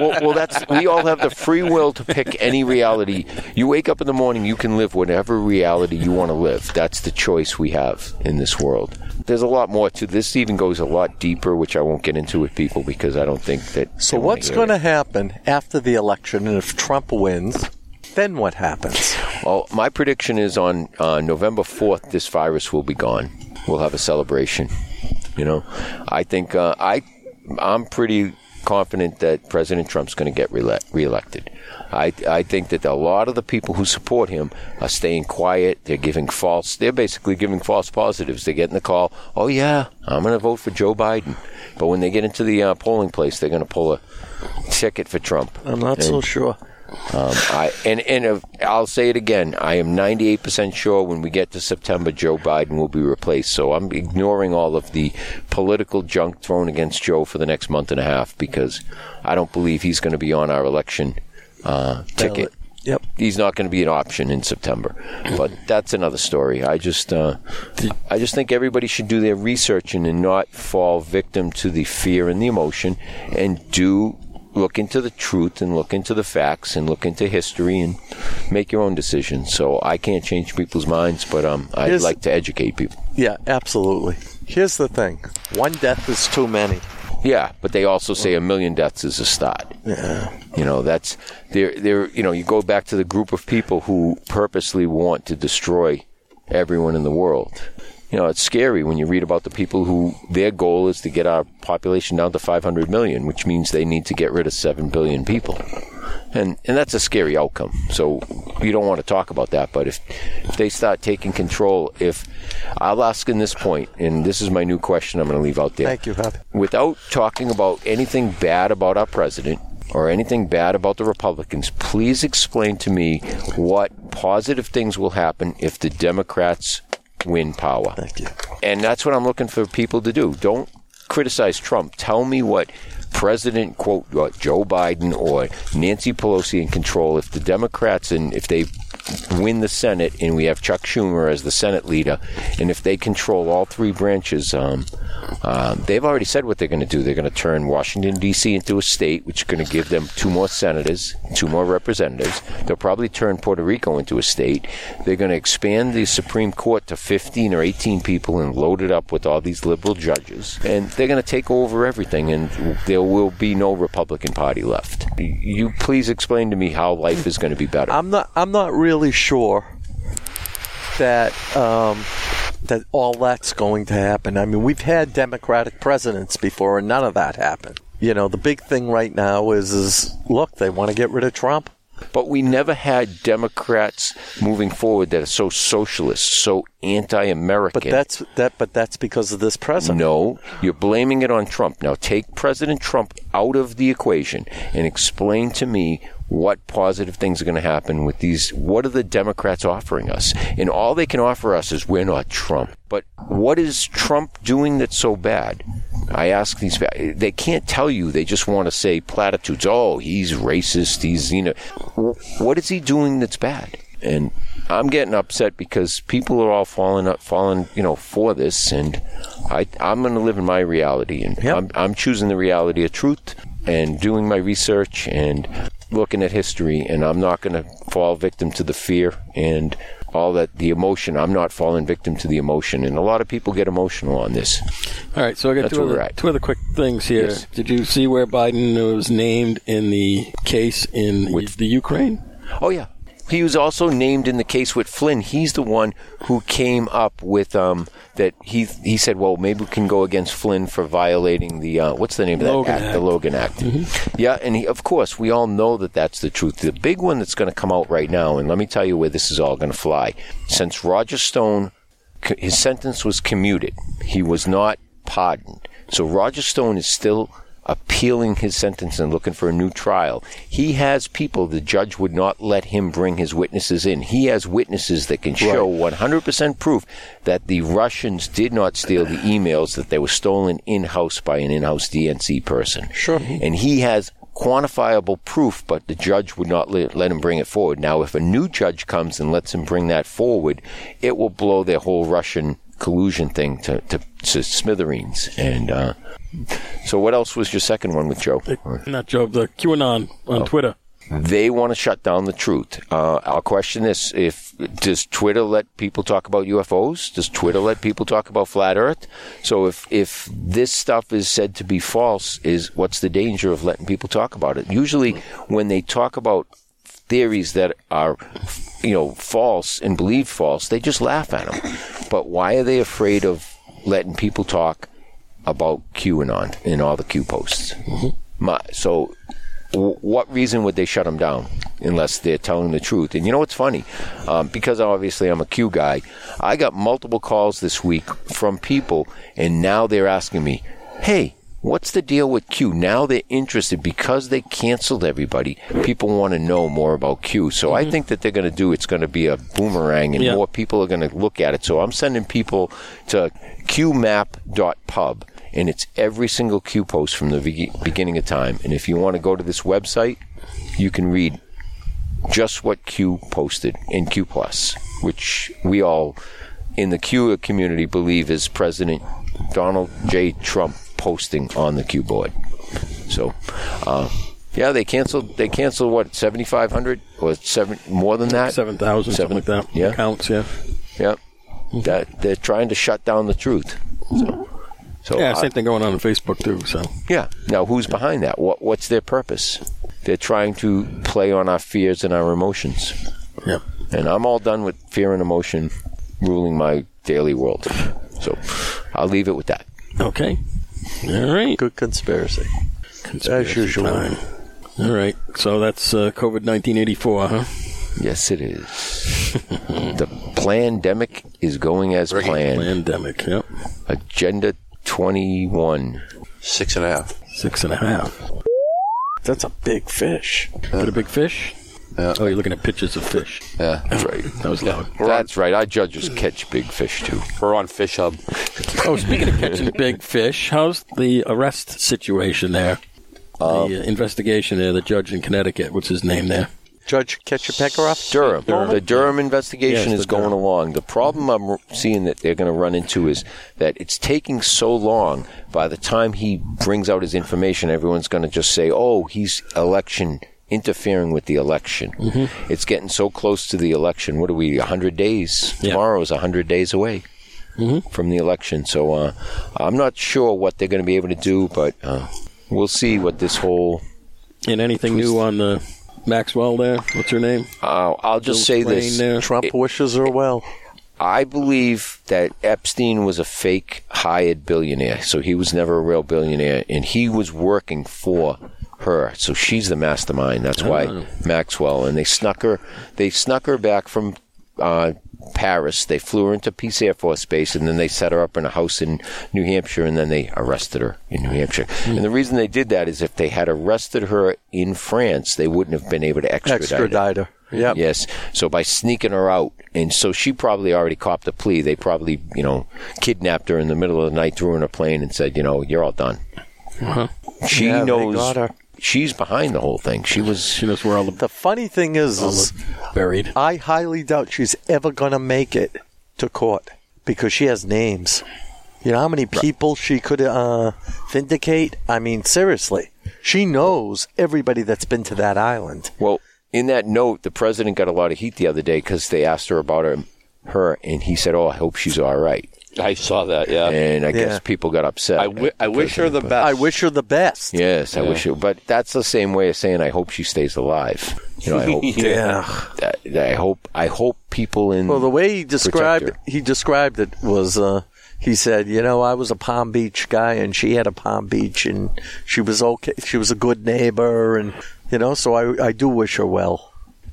Speaker 3: well, well, that's we all have the free will to pick any reality. You wake up in the morning, you can live whatever reality you want to live. That's the choice we have in this world. There's a lot more to this. Even goes a lot deeper, which I won't get into with people because I don't think that.
Speaker 1: So what's going to happen after the election, and if Trump wins, then what happens?
Speaker 3: Well, my prediction is on uh, November 4th, this virus will be gone. We'll have a celebration. You know, I think uh, I I'm pretty confident that President Trump's going to get rele- reelected. I, I think that a lot of the people who support him are staying quiet. They're giving false. They're basically giving false positives. They're getting the call. Oh yeah, I'm going to vote for Joe Biden. But when they get into the uh, polling place, they're going to pull a ticket for Trump.
Speaker 1: I'm not so
Speaker 3: And-
Speaker 1: sure.
Speaker 3: um, I and and if, I'll say it again. I am ninety eight percent sure when we get to September, Joe Biden will be replaced. So I'm ignoring all of the political junk thrown against Joe for the next month and a half because I don't believe he's going to be on our election uh, ticket.
Speaker 1: Yep,
Speaker 3: he's not going to be an option in September. But that's another story. I just uh, I just think everybody should do their research and, and not fall victim to the fear and the emotion and do look into the truth and look into the facts and look into history and make your own decisions. So I can't change people's minds, but um, I'd
Speaker 1: Here's-
Speaker 3: like to educate people.
Speaker 1: Yeah, absolutely. Here's the thing one death is too many.
Speaker 3: Yeah, but they also say a million deaths is a start.
Speaker 1: Yeah.
Speaker 3: You know, that's they're they're you know, you go back to the group of people who purposely want to destroy everyone in the world. You know, it's scary when you read about the people who their goal is to get our population down to 500 million, which means they need to get rid of 7 billion people. And and that's a scary outcome. So you don't want to talk about that, but if if they start taking control, if I'll ask in this point, and this is my new question I'm going to leave out there.
Speaker 1: Thank you, Happy.
Speaker 3: Without talking about anything bad about our president or anything bad about the Republicans, please explain to me what positive things will happen if the Democrats win power. Thank
Speaker 1: you.
Speaker 3: And that's what I'm looking for people to do. Don't criticize Trump. Tell me what President quote what Joe Biden or Nancy Pelosi in control if the Democrats and if they win the Senate and we have Chuck Schumer as the Senate leader and if they control all three branches um, um, they've already said what they're going to do they're going to turn Washington DC into a state which is going to give them two more senators two more representatives they'll probably turn Puerto Rico into a state they're going to expand the Supreme Court to 15 or 18 people and load it up with all these liberal judges and they're going to take over everything and there will be no Republican Party left you please explain to me how life is going to be better
Speaker 1: I'm not. I'm not really sure that um, that all that's going to happen. I mean, we've had Democratic presidents before, and none of that happened. You know, the big thing right now is is look, they want to get rid of Trump.
Speaker 3: But we never had Democrats moving forward that are so socialist, so anti-American.
Speaker 1: But that's that. But that's because of this president.
Speaker 3: no, you're blaming it on Trump. Now take President Trump out of the equation and explain to me what positive things are going to happen with these. What are the Democrats offering us? And all they can offer us is we're not Trump. But what is Trump doing that's so bad? I ask these. They can't tell you. They just want to say platitudes. Oh, he's racist. He's you know. What is he doing that's bad? and I'm getting upset because people are all falling up, falling, you know, for this, and I, I'm going to live in my reality, and I'm, I'm choosing the reality of truth, and doing my research, and looking at history, and I'm not going to fall victim to the fear and all that the emotion. I'm not falling victim to the emotion, and a lot of people get emotional on this.
Speaker 4: All right, so I got
Speaker 3: That's
Speaker 4: two
Speaker 3: where
Speaker 4: other,
Speaker 3: we're at.
Speaker 4: two other quick things here.
Speaker 3: Yes.
Speaker 4: Did you see where Biden was named in the case in the Ukraine?
Speaker 3: Oh yeah. He was also named in the case with Flynn. He's the one who came up with um, that he he said, well, maybe we can go against Flynn for violating the uh, what's the name of that
Speaker 4: Logan
Speaker 3: act?
Speaker 4: Act.
Speaker 3: The Logan Act. Yeah, and he, of course we all know that that's the truth. The big one that's going to come out right now, and let me tell you where this is all going to fly. Since Roger Stone, c- his sentence was commuted, he was not pardoned. So Roger Stone is still appealing his sentence and looking for a new trial. He has people the judge would not let him bring his witnesses in. He has witnesses that can show 100% proof that the Russians did not steal the emails that they were stolen in-house by an in-house DNC person. Sure. And he has quantifiable proof, but the judge would not let, let him bring it forward. Now, if a new judge comes and lets him bring that forward, it will blow their whole Russian collusion thing to, to, to smithereens. And uh, so, what else was your second one with Joe?
Speaker 4: Not Job, the QAnon
Speaker 3: Oh.
Speaker 4: on Twitter.
Speaker 3: They want to shut down the truth. Uh, I'll question this: If does Twitter let people talk about UFOs? Does Twitter let people talk about flat Earth? So if if this stuff is said to be false, is what's the danger of letting people talk about it? Usually, when they talk about theories that are, you know, false and believed false, they just laugh at them. But why are they afraid of letting people talk about QAnon and all the Q posts? My, so, w- what reason would they shut him down unless they're telling the truth? And you know what's funny? Um, because obviously I'm a Q guy, I got multiple calls this week from people, and now they're asking me, hey, What's the deal with Q? Now they're interested because they canceled everybody. People want to know more about Q. So I think that they're going to do it's going to be a boomerang and
Speaker 4: Yeah.
Speaker 3: more people are going to look at it. So I'm sending people to qmap.pub and it's every single Q post from the be- beginning of time. And if you want to go to this website, you can read just what Q posted in Q Plus, which we all in the Q community believe is President Donald J. Trump posting on the Q board. So, uh, yeah, they canceled. They canceled what seventy five hundred or seven more than that, seven thousand, something like that. Yeah, counts. Yeah, yeah. That they're trying to shut down the truth. So, so
Speaker 14: yeah,
Speaker 3: I-
Speaker 14: same thing going on on Facebook too. So
Speaker 3: yeah. Now, who's behind that? What What's their purpose? They're trying to play on our fears and our emotions.
Speaker 14: Yeah.
Speaker 3: And I'm all done with fear and emotion ruling my daily world. So I'll leave it with that.
Speaker 14: okay, all right.
Speaker 1: Good conspiracy.
Speaker 14: As usual. All right. So that's uh, COVID nineteen eighty four, huh?
Speaker 3: Yes, it is. the pandemic is going as planned.
Speaker 14: Pandemic. Yep.
Speaker 3: Agenda 21.
Speaker 9: Six and a half.
Speaker 14: Six and a half. That's a big fish. Is that a big fish? Oh, you're looking at pictures of fish.
Speaker 9: Yeah,
Speaker 14: that's right. That was loud.
Speaker 3: That's right. Our judges catch big fish too.
Speaker 9: We're on Fish Hub.
Speaker 14: Oh, speaking of catching big fish, how's the arrest situation there? the uh, investigation there, the judge in Connecticut. What's his name there?
Speaker 1: Judge Ketchapekaroff?
Speaker 3: Durham. The Durham
Speaker 14: Yes,
Speaker 3: investigation
Speaker 14: the
Speaker 3: is going along. The problem I'm r- seeing that they're going to run into is that it's taking so long. By the time he brings out his information, everyone's going to just say, "Oh, he's election interfering with the election."
Speaker 14: Mm-hmm.
Speaker 3: It's getting so close to the election. What are we? 100 days. Tomorrow is 100 days away.
Speaker 14: Mm-hmm.
Speaker 3: From the election, so uh, I'm not sure what they're going to be able to do, but uh, we'll see what this whole
Speaker 14: And anything new on the Maxwell there? What's her name?
Speaker 3: uh, I'll just
Speaker 14: Still
Speaker 3: say this:
Speaker 14: playing there.
Speaker 3: Trump
Speaker 1: wishes her well.
Speaker 3: I believe that Epstein was a fake hired billionaire, so he was never a real billionaire, and he was working for her. So she's the mastermind. That's why Maxwell and they snuck her. They snuck her back from uh, Paris. They flew her into Peace Air Force Base, and then they set her up in a house in New Hampshire, and then they arrested her in New Hampshire. And the reason they did that is if they had arrested her in France, they wouldn't have been able to extradite,
Speaker 1: Extradite her. Yep.
Speaker 3: Yes. So by sneaking her out, and so she probably already copped a plea. They probably, you know, kidnapped her in the middle of the night, threw her in a plane, and said, you know, you're all done.
Speaker 14: Uh-huh.
Speaker 3: She
Speaker 1: Yeah, they
Speaker 3: knows.
Speaker 1: got her.
Speaker 3: She's behind the whole thing. She was. She
Speaker 14: knows where all
Speaker 1: The funny thing is, is
Speaker 14: buried.
Speaker 1: I highly doubt she's ever going to make it to court because she has names. You know how many people she could uh, vindicate? I mean, seriously. She knows everybody that's been to that island.
Speaker 3: Well, in that note, the president got a lot of heat the other day because they asked her about her, her, and he said, "Oh, I hope she's all right."
Speaker 9: I saw that.
Speaker 1: Uh,
Speaker 9: Yeah.
Speaker 3: And I
Speaker 9: Yeah.
Speaker 3: guess people got upset.
Speaker 9: I wi- I wish her the
Speaker 3: But-
Speaker 9: best.
Speaker 1: I wish her the best.
Speaker 3: Yes, I
Speaker 9: Yeah.
Speaker 3: wish it. But that's the same way of saying I hope she stays alive. You know, I hope.
Speaker 1: Yeah.
Speaker 3: that- that I hope. I hope people in.
Speaker 1: Well, the way he
Speaker 3: protect
Speaker 1: described
Speaker 3: her.
Speaker 1: he described it was uh, he said, you know, I was a Palm Beach guy, and she had a Palm Beach, and she was okay. She was a good neighbor, and you know, so I I do wish her well.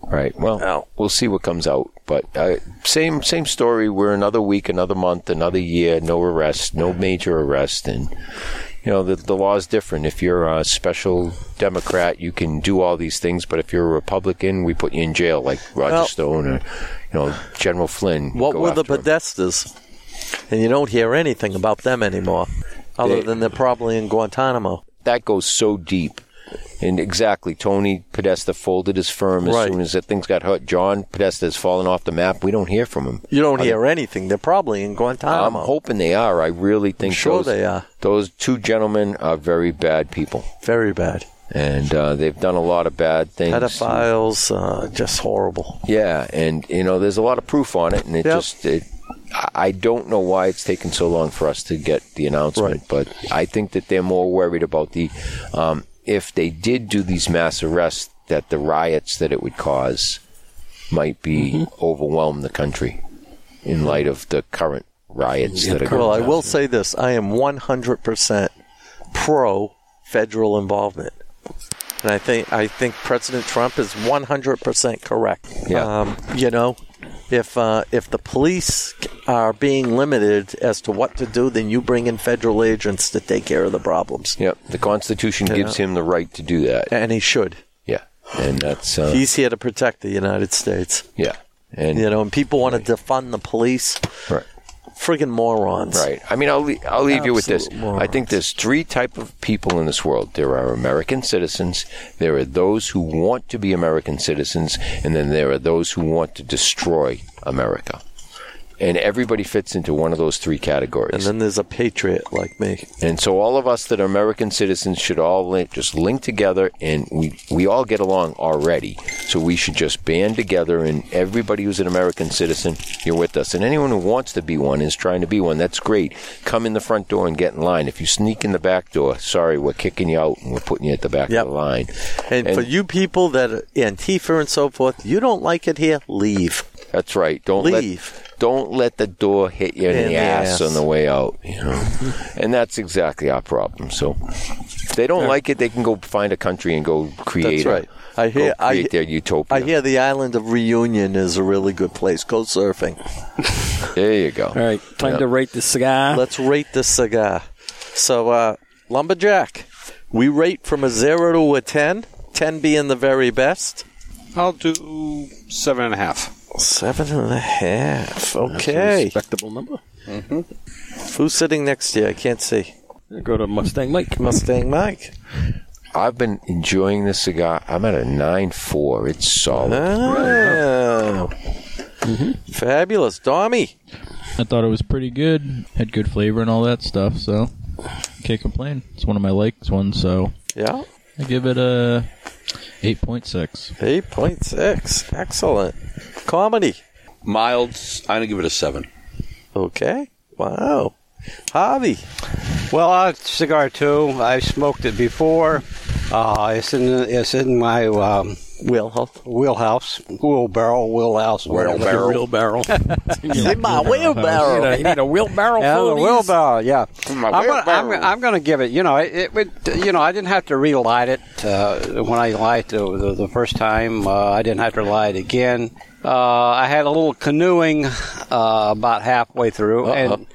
Speaker 3: Right. Well, we'll see what comes out. But uh, same same story. We're another week, another month, another year. No arrest, no major arrest, and you know the the law is different. If you're a special Democrat, you can do all these things. But if you're a Republican, we put you in jail, like Roger
Speaker 1: Well-
Speaker 3: Stone or you know General Flynn.
Speaker 1: What
Speaker 3: Go
Speaker 1: were the
Speaker 3: after him.
Speaker 1: Podestas? And you don't hear anything about them anymore, other
Speaker 3: They-
Speaker 1: than they're probably in Guantanamo.
Speaker 3: that goes so deep. And exactly, Tony Podesta folded his firm as
Speaker 1: Right.
Speaker 3: soon as that things got hurt. John Podesta has fallen off the map. We don't hear from him.
Speaker 1: You don't
Speaker 3: I-
Speaker 1: hear anything. They're probably in
Speaker 3: I'm
Speaker 1: Guantanamo.
Speaker 3: hoping they are. I really think
Speaker 1: Um, sure
Speaker 3: those,
Speaker 1: they are.
Speaker 3: Those two gentlemen are very bad people,
Speaker 1: Very bad.
Speaker 3: and uh, they've done a lot of bad things.
Speaker 1: Pedophiles, uh, just horrible.
Speaker 3: Yeah, and you know, there's a lot of proof on it, and it
Speaker 1: Yep.
Speaker 3: just it. I- I don't know why it's taken so long for us to get the announcement, but I think that they're more worried about the um, if they did do these mass arrests, that the riots that it would cause might be
Speaker 1: Mm-hmm.
Speaker 3: overwhelm the country in light of the current riots that are
Speaker 1: Well,
Speaker 3: going
Speaker 1: I
Speaker 3: on.
Speaker 1: will say this: I am 100 percent pro federal involvement. And I think I think President Trump is 100% correct.
Speaker 3: Yeah.
Speaker 1: Um, you know, if uh, if the police are being limited as to what to do, then you bring in federal agents to take care of the problems.
Speaker 3: Yep. The Constitution
Speaker 1: Yeah.
Speaker 3: gives him the right to do that.
Speaker 1: And he should.
Speaker 3: Yeah. And that's. Uh,
Speaker 1: He's here to protect the United States.
Speaker 3: Yeah. And
Speaker 1: you know, and people want to defund the police.
Speaker 3: Right.
Speaker 1: Friggin' morons.
Speaker 3: Right. I mean, I'll le- I'll leave you with this.
Speaker 1: Absolute morons.
Speaker 3: I think there's three type of people in this world. There are American citizens. There are those who want to be American citizens, and then there are those who want to destroy America. And everybody fits into one of those three categories. And
Speaker 1: then there's a patriot like me.
Speaker 3: And so all of us that are American citizens should all link, just link together, and we, we all get along already. So we should just band together, and everybody who's an American citizen, you're with us. And anyone who wants to be one is trying to be one. That's great. Come in the front door and get in line. If you sneak in the back door, sorry, we're kicking you out and we're putting you at the back of the line.
Speaker 1: And, for you people that are Antifa and so forth, you don't like it here, leave.
Speaker 3: That's right. Don't
Speaker 1: leave.
Speaker 3: Let, don't let the door hit you in, the, ass, on the way out. You know, and that's exactly our problem. So if they don't
Speaker 1: Yeah.
Speaker 3: like it, they can go find a country and go create.
Speaker 1: That's right.
Speaker 3: A,
Speaker 1: I hear-
Speaker 3: go
Speaker 1: I
Speaker 3: create
Speaker 1: he-
Speaker 3: their utopia.
Speaker 1: I hear the island of Reunion is a really good place. Go surfing.
Speaker 3: there you go. All
Speaker 1: right,
Speaker 3: time to
Speaker 1: rate the cigar. Let's rate the cigar. So, uh, lumberjack, we rate from a zero to a ten. Ten being the very best.
Speaker 10: I'll do seven and a half.
Speaker 1: Seven and a half.
Speaker 10: That's a
Speaker 1: Okay.
Speaker 10: respectable
Speaker 14: number.
Speaker 10: Mm-hmm.
Speaker 1: Who's sitting next to you? I can't see.
Speaker 14: Go to Mustang Mike.
Speaker 1: Mustang Mike.
Speaker 3: I've been enjoying this cigar. I'm at a nine four. It's solid.
Speaker 1: Oh. Fabulous. Dommy.
Speaker 5: I thought it was pretty good. Had good flavor and all that stuff, so can't complain. It's one of my likes ones, so
Speaker 1: Yeah.
Speaker 5: I give it a eight point six.
Speaker 1: Eight point six. Excellent. Comedy.
Speaker 2: Mild. I'm gonna give it a seven.
Speaker 1: Okay. Wow. Hobby.
Speaker 8: Well, uh, cigar too. I've smoked it before. Uh, it's in it's in my um,
Speaker 1: wheelhouse,
Speaker 8: wheelhouse, wheelbarrow, wheelhouse,
Speaker 14: Wheelbarrow.
Speaker 8: wheelbarrow.
Speaker 14: In my
Speaker 8: wheelbarrow.
Speaker 14: You need a, you need a wheelbarrow
Speaker 8: Yeah,
Speaker 14: full
Speaker 8: the
Speaker 14: of these?
Speaker 8: wheelbarrow. Yeah, I'm
Speaker 14: My
Speaker 8: gonna, I'm,
Speaker 14: wheelbarrow.
Speaker 8: I'm gonna give it. You know, it, it would. You know, I didn't have to relight it uh, when I light the, the, the first time. Uh, I didn't have to light it again. Uh, I had a little canoeing uh, about halfway through, and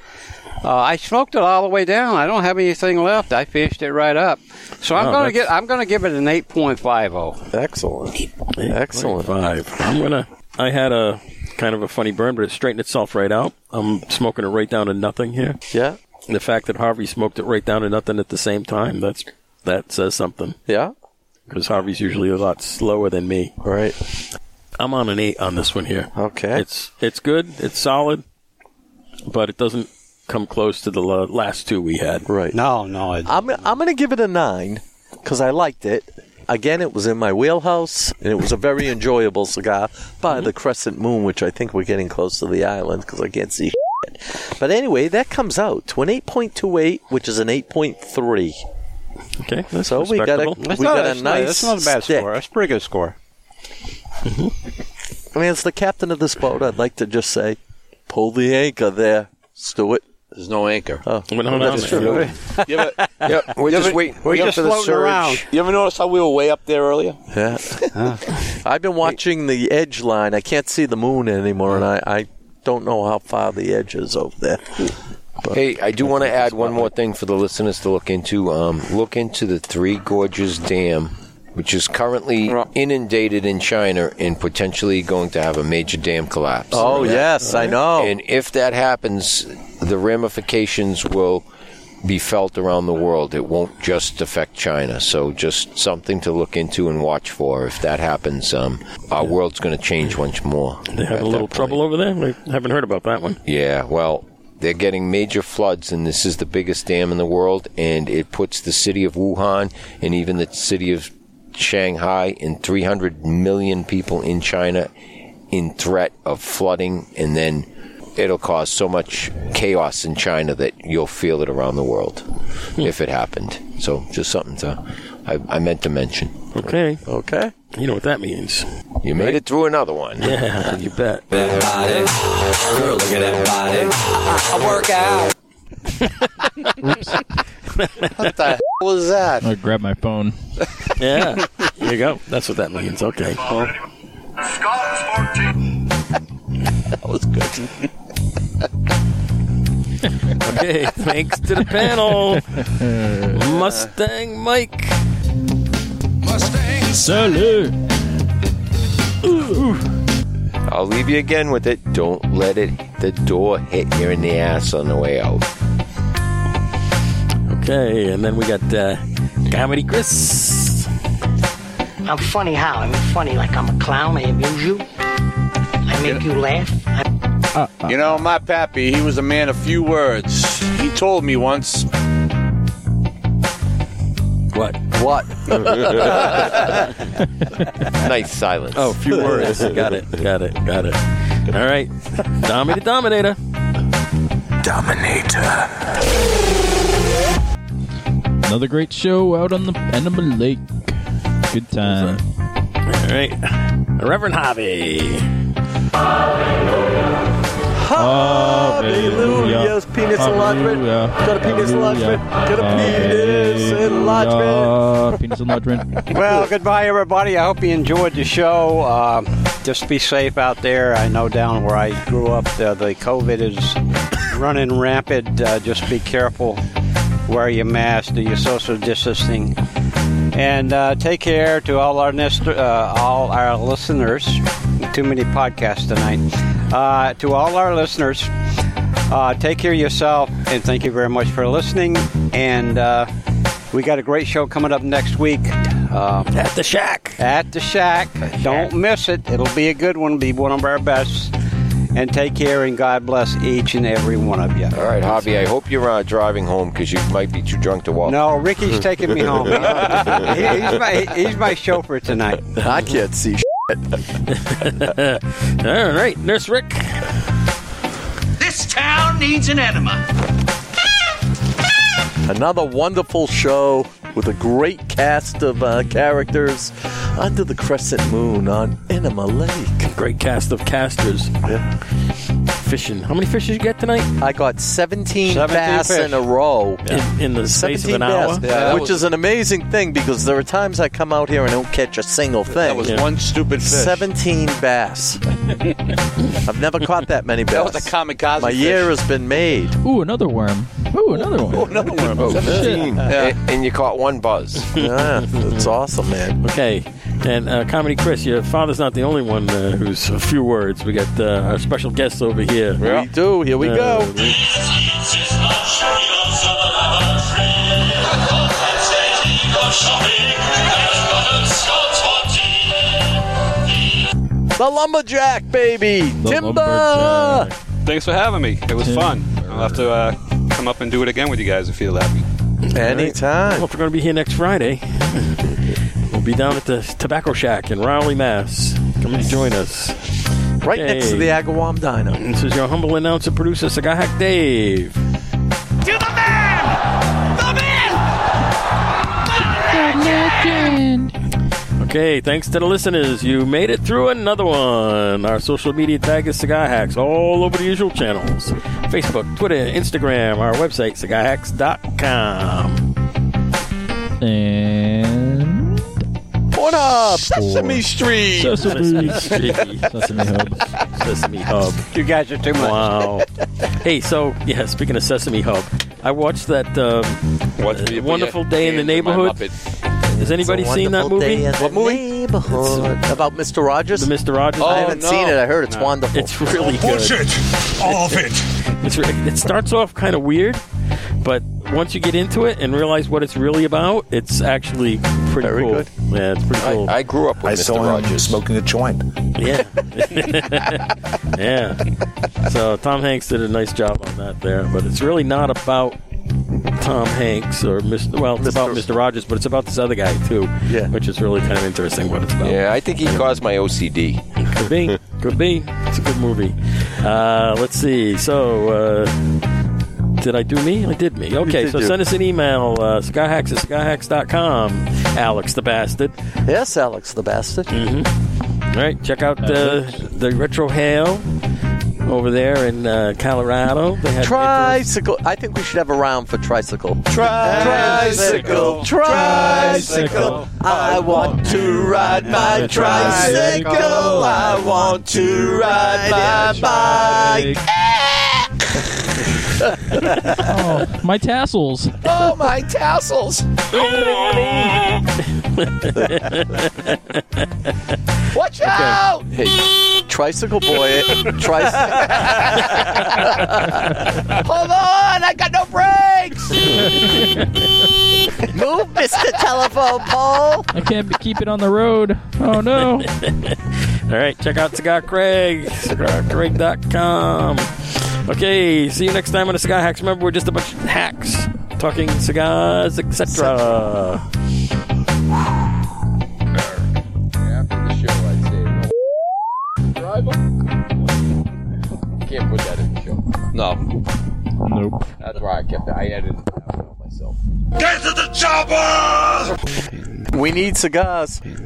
Speaker 8: uh, I smoked it all the way down. I don't have anything left. I finished it right up. So I'm
Speaker 14: Oh,
Speaker 8: gonna
Speaker 14: that's-
Speaker 8: get. I'm gonna give it an eight point five oh. zero.
Speaker 1: Excellent. Excellent.
Speaker 14: Five. I'm gonna. I had a kind of a funny burn, but it straightened itself right out. I'm smoking it right down to nothing here.
Speaker 1: Yeah.
Speaker 14: And the fact that Harvey smoked it right down to nothing at the same time that's that says something.
Speaker 1: Yeah.
Speaker 14: Because Harvey's usually a lot slower than me.
Speaker 1: Right.
Speaker 14: I'm on an eight on this one here.
Speaker 1: Okay.
Speaker 14: It's it's good. It's solid, but it doesn't come close to the la- last two we had.
Speaker 1: Right.
Speaker 8: No, no. It,
Speaker 1: I'm I'm gonna give it a nine because I liked it. Again, it was in my wheelhouse, and it was a very enjoyable cigar by the Crescent Moon, which I think we're getting close to the island because I can't see. Shit. But anyway, that comes out to an 8.28, which is an 8.3.
Speaker 14: Okay,
Speaker 1: so we got a
Speaker 8: That's
Speaker 1: we
Speaker 8: not-
Speaker 1: got a
Speaker 8: that's not-
Speaker 1: nice.
Speaker 8: That's not a bad
Speaker 1: stick.
Speaker 8: score. That's a pretty good score.
Speaker 1: I mean, as the captain of this boat, I'd like to just say, pull the anchor there, Stewart.
Speaker 2: There's no anchor.
Speaker 1: Oh,
Speaker 2: no, no,
Speaker 1: that's
Speaker 2: no.
Speaker 1: true.
Speaker 2: You ever,
Speaker 3: Yep, we're
Speaker 2: you
Speaker 3: just
Speaker 2: ever-
Speaker 3: waiting-
Speaker 2: you
Speaker 3: waiting
Speaker 2: ever-
Speaker 3: for the surge.
Speaker 2: You ever notice how we were way up there earlier?
Speaker 1: Yeah. I've been watching the edge line. I can't see the moon anymore, and I, I don't know how far the edge is over there. But
Speaker 3: Hey, I do want to add one more thing for the listeners to look into. Um, look into the Three Gorges Dam, which is currently inundated in China and potentially going to have a major dam collapse.
Speaker 1: Oh, yes, I know.
Speaker 3: And if that happens, the ramifications will be felt around the world. It won't just affect China. So, just something to look into and watch for. If that happens, um, our world's going to change once more.
Speaker 14: They
Speaker 3: at
Speaker 14: having a little
Speaker 3: that
Speaker 14: trouble over there. I haven't heard about that one.
Speaker 3: yeah, well, they're getting major floods, and this is the biggest dam in the world, and it puts the city of Wuhan and even the city of Shanghai and 300 million people in China in threat of flooding, and then it'll cause so much chaos in China that you'll feel it around the world if it happened. So, just something to I, I meant to mention.
Speaker 14: Okay.
Speaker 1: Okay.
Speaker 14: You know what that means.
Speaker 3: You made it through another one.
Speaker 14: Yeah, you bet.
Speaker 3: Girl, look at that body.
Speaker 6: I work out.
Speaker 9: What the hell was that?
Speaker 5: I grab my phone.
Speaker 4: yeah, there you go. That's what that means. Okay.
Speaker 9: that was good.
Speaker 15: okay, thanks to the panel. Mustang Mike.
Speaker 6: Mustang.
Speaker 5: Salute.
Speaker 3: I'll leave you again with it. Don't let it the door hit you in the ass on the way out.
Speaker 4: Okay, and then we got uh, Comedy Chris.
Speaker 7: I'm funny how? I mean, funny like I'm a clown. I amuse you. I make you laugh.
Speaker 9: You know, my pappy, he was a man of few words. He told me once.
Speaker 4: What?
Speaker 9: What?
Speaker 3: nice silence.
Speaker 4: Oh, few words. got it. Got it. Got it. All right. Dominator, Dominator.
Speaker 6: Dominator.
Speaker 5: Another great show out on the Animal Lake. Good time.
Speaker 4: All right. Reverend Hobby.
Speaker 5: Hallelujah.
Speaker 6: penis enlargement. Got a penis enlargement. Got a penis
Speaker 5: enlargement. Penis enlargement.
Speaker 8: Well, goodbye, everybody. I hope you enjoyed the show. Uh, just be safe out there. I know down where I grew up, the, the COVID is running rampant. Uh, just be careful. Wear your mask. Do your social distancing. And uh, take care to all our nest- uh, all our listeners. Too many podcasts tonight. Uh, to all our listeners, uh, take care of yourself, and thank you very much for listening. And uh, we got a great show coming up next week. Um,
Speaker 4: at the shack.
Speaker 8: At the shack. Don't miss it. It'll be a good one. Be one of our best. And take care and God bless each and every one of you.
Speaker 3: All right, Javi, I hope you're uh, driving home because you might be too drunk to walk.
Speaker 8: No, Ricky's taking me home. He- he's, my, he's my chauffeur tonight.
Speaker 3: I can't see
Speaker 4: All right, Nurse Rick.
Speaker 6: This town needs an enema.
Speaker 1: Another wonderful show with a great cast of uh, characters under the crescent moon on Enema Lake.
Speaker 4: Great cast of casters. Fishing. How many fishes you get tonight?
Speaker 1: I got 17,
Speaker 4: 17
Speaker 1: bass
Speaker 4: fish.
Speaker 1: in a row.
Speaker 4: In, in the space of
Speaker 1: 17
Speaker 4: an hour.
Speaker 1: bass, which is an amazing thing because there are times I come out here and don't catch a single thing.
Speaker 9: That was one stupid fish.
Speaker 1: 17 bass. I've never caught that many bass.
Speaker 9: That was a kamikaze
Speaker 1: My
Speaker 9: fish.
Speaker 1: year has been made.
Speaker 5: Ooh, another worm. Ooh, another one.
Speaker 9: another one.
Speaker 3: Oh, 15. And, and you caught one buzz.
Speaker 1: yeah, that's awesome, man.
Speaker 4: Okay. And uh, Comedy Chris, your father's not the only one uh, who's a few words. We got uh, our special guest over here.
Speaker 1: We do. Here we
Speaker 4: Uh,
Speaker 1: go. The lumberjack, baby. Timber.
Speaker 16: Thanks for having me. It was fun. I'll have to uh, come up and do it again with you guys if you let me.
Speaker 1: Anytime.
Speaker 4: Well, if we're going to be here next Friday, we'll be down at the Tobacco Shack in Rowley, Mass. Come and join us.
Speaker 1: Right next to
Speaker 4: Hey.
Speaker 1: the Agawam Dino.
Speaker 4: This is your humble announcer, producer, Cigar Hack Dave.
Speaker 6: To the man! The man!
Speaker 4: Okay, thanks to the listeners. You made it through another one. Our social media tag is Cigar Hacks all over the usual channels Facebook, Twitter, Instagram, our website, cigarhacks.com.
Speaker 5: And
Speaker 1: What up, Sesame Street?
Speaker 5: Sesame
Speaker 4: Street.
Speaker 5: Sesame Hub.
Speaker 4: Sesame Hub.
Speaker 8: You guys are too much.
Speaker 4: Wow. hey, so, yeah, speaking of Sesame Hub, I watched that um,
Speaker 9: Watch
Speaker 4: uh,
Speaker 9: me if I
Speaker 4: Wonderful
Speaker 9: get
Speaker 4: Day in the
Speaker 9: hands my
Speaker 4: Neighborhood.
Speaker 9: Muppet.
Speaker 4: Has anybody
Speaker 1: It's a
Speaker 4: seen that
Speaker 1: wonderful
Speaker 4: movie?
Speaker 1: day
Speaker 4: uh,
Speaker 1: in
Speaker 4: What
Speaker 1: the Neighborhood. About Mr. Rogers?
Speaker 4: The Mr. Rogers.
Speaker 1: I
Speaker 9: Oh,
Speaker 1: haven't
Speaker 9: no.
Speaker 1: seen it. I heard it's wonderful.
Speaker 4: It's really good.
Speaker 6: Push it! All of it!
Speaker 4: It's re- it starts off kind of weird, but once you get into it and realize what it's really about, it's actually pretty
Speaker 1: Very
Speaker 4: cool.
Speaker 1: good.
Speaker 4: Yeah, it's pretty cool.
Speaker 3: I, I grew up with Mr. Rogers.
Speaker 17: smoking a joint.
Speaker 4: yeah, yeah. So Tom Hanks did a nice job on that there, but it's really not about Tom Hanks or Mr. Well, it's about Mr. Rogers, but it's about this other guy too.
Speaker 1: Yeah.
Speaker 4: which is really kind of interesting what it's about.
Speaker 3: Yeah, I think he caused my OCD.
Speaker 4: Could be. Could be. It's a good movie. Uh, let's see. So, uh, did I do me? I did me. Okay,
Speaker 1: did
Speaker 4: so
Speaker 1: you.
Speaker 4: send us an email, uh, skyhacks at skyhacks.com. Alex the Bastard.
Speaker 1: Yes, Alex the Bastard.
Speaker 4: All right, check out uh, the Retro Hail. over there in uh, Colorado. They had
Speaker 18: Tricycle. I think we should have a round for tricycle.
Speaker 1: Tricycle, tricycle. I want to ride my tricycle. I want to ride my bike.
Speaker 5: oh, my tassels.
Speaker 1: Oh, my tassels. Watch out.
Speaker 18: Hey, tricycle boy.
Speaker 1: eh?
Speaker 18: Tricycle.
Speaker 1: Hold on, I got no brakes. Move, Mr. Telephone Pole.
Speaker 5: I can't be- keep it on the road. Oh no.
Speaker 4: All right, check out Cigar Craig, cigarcraig.com. Okay, see you next time on the Cigar Hacks. Remember, we're just a bunch of hacks talking cigars, etc.
Speaker 19: Can't put that in the show.
Speaker 20: No.
Speaker 19: Nope. That's why I kept it. I edited it out myself.
Speaker 1: Get to the chopper.
Speaker 18: We need cigars.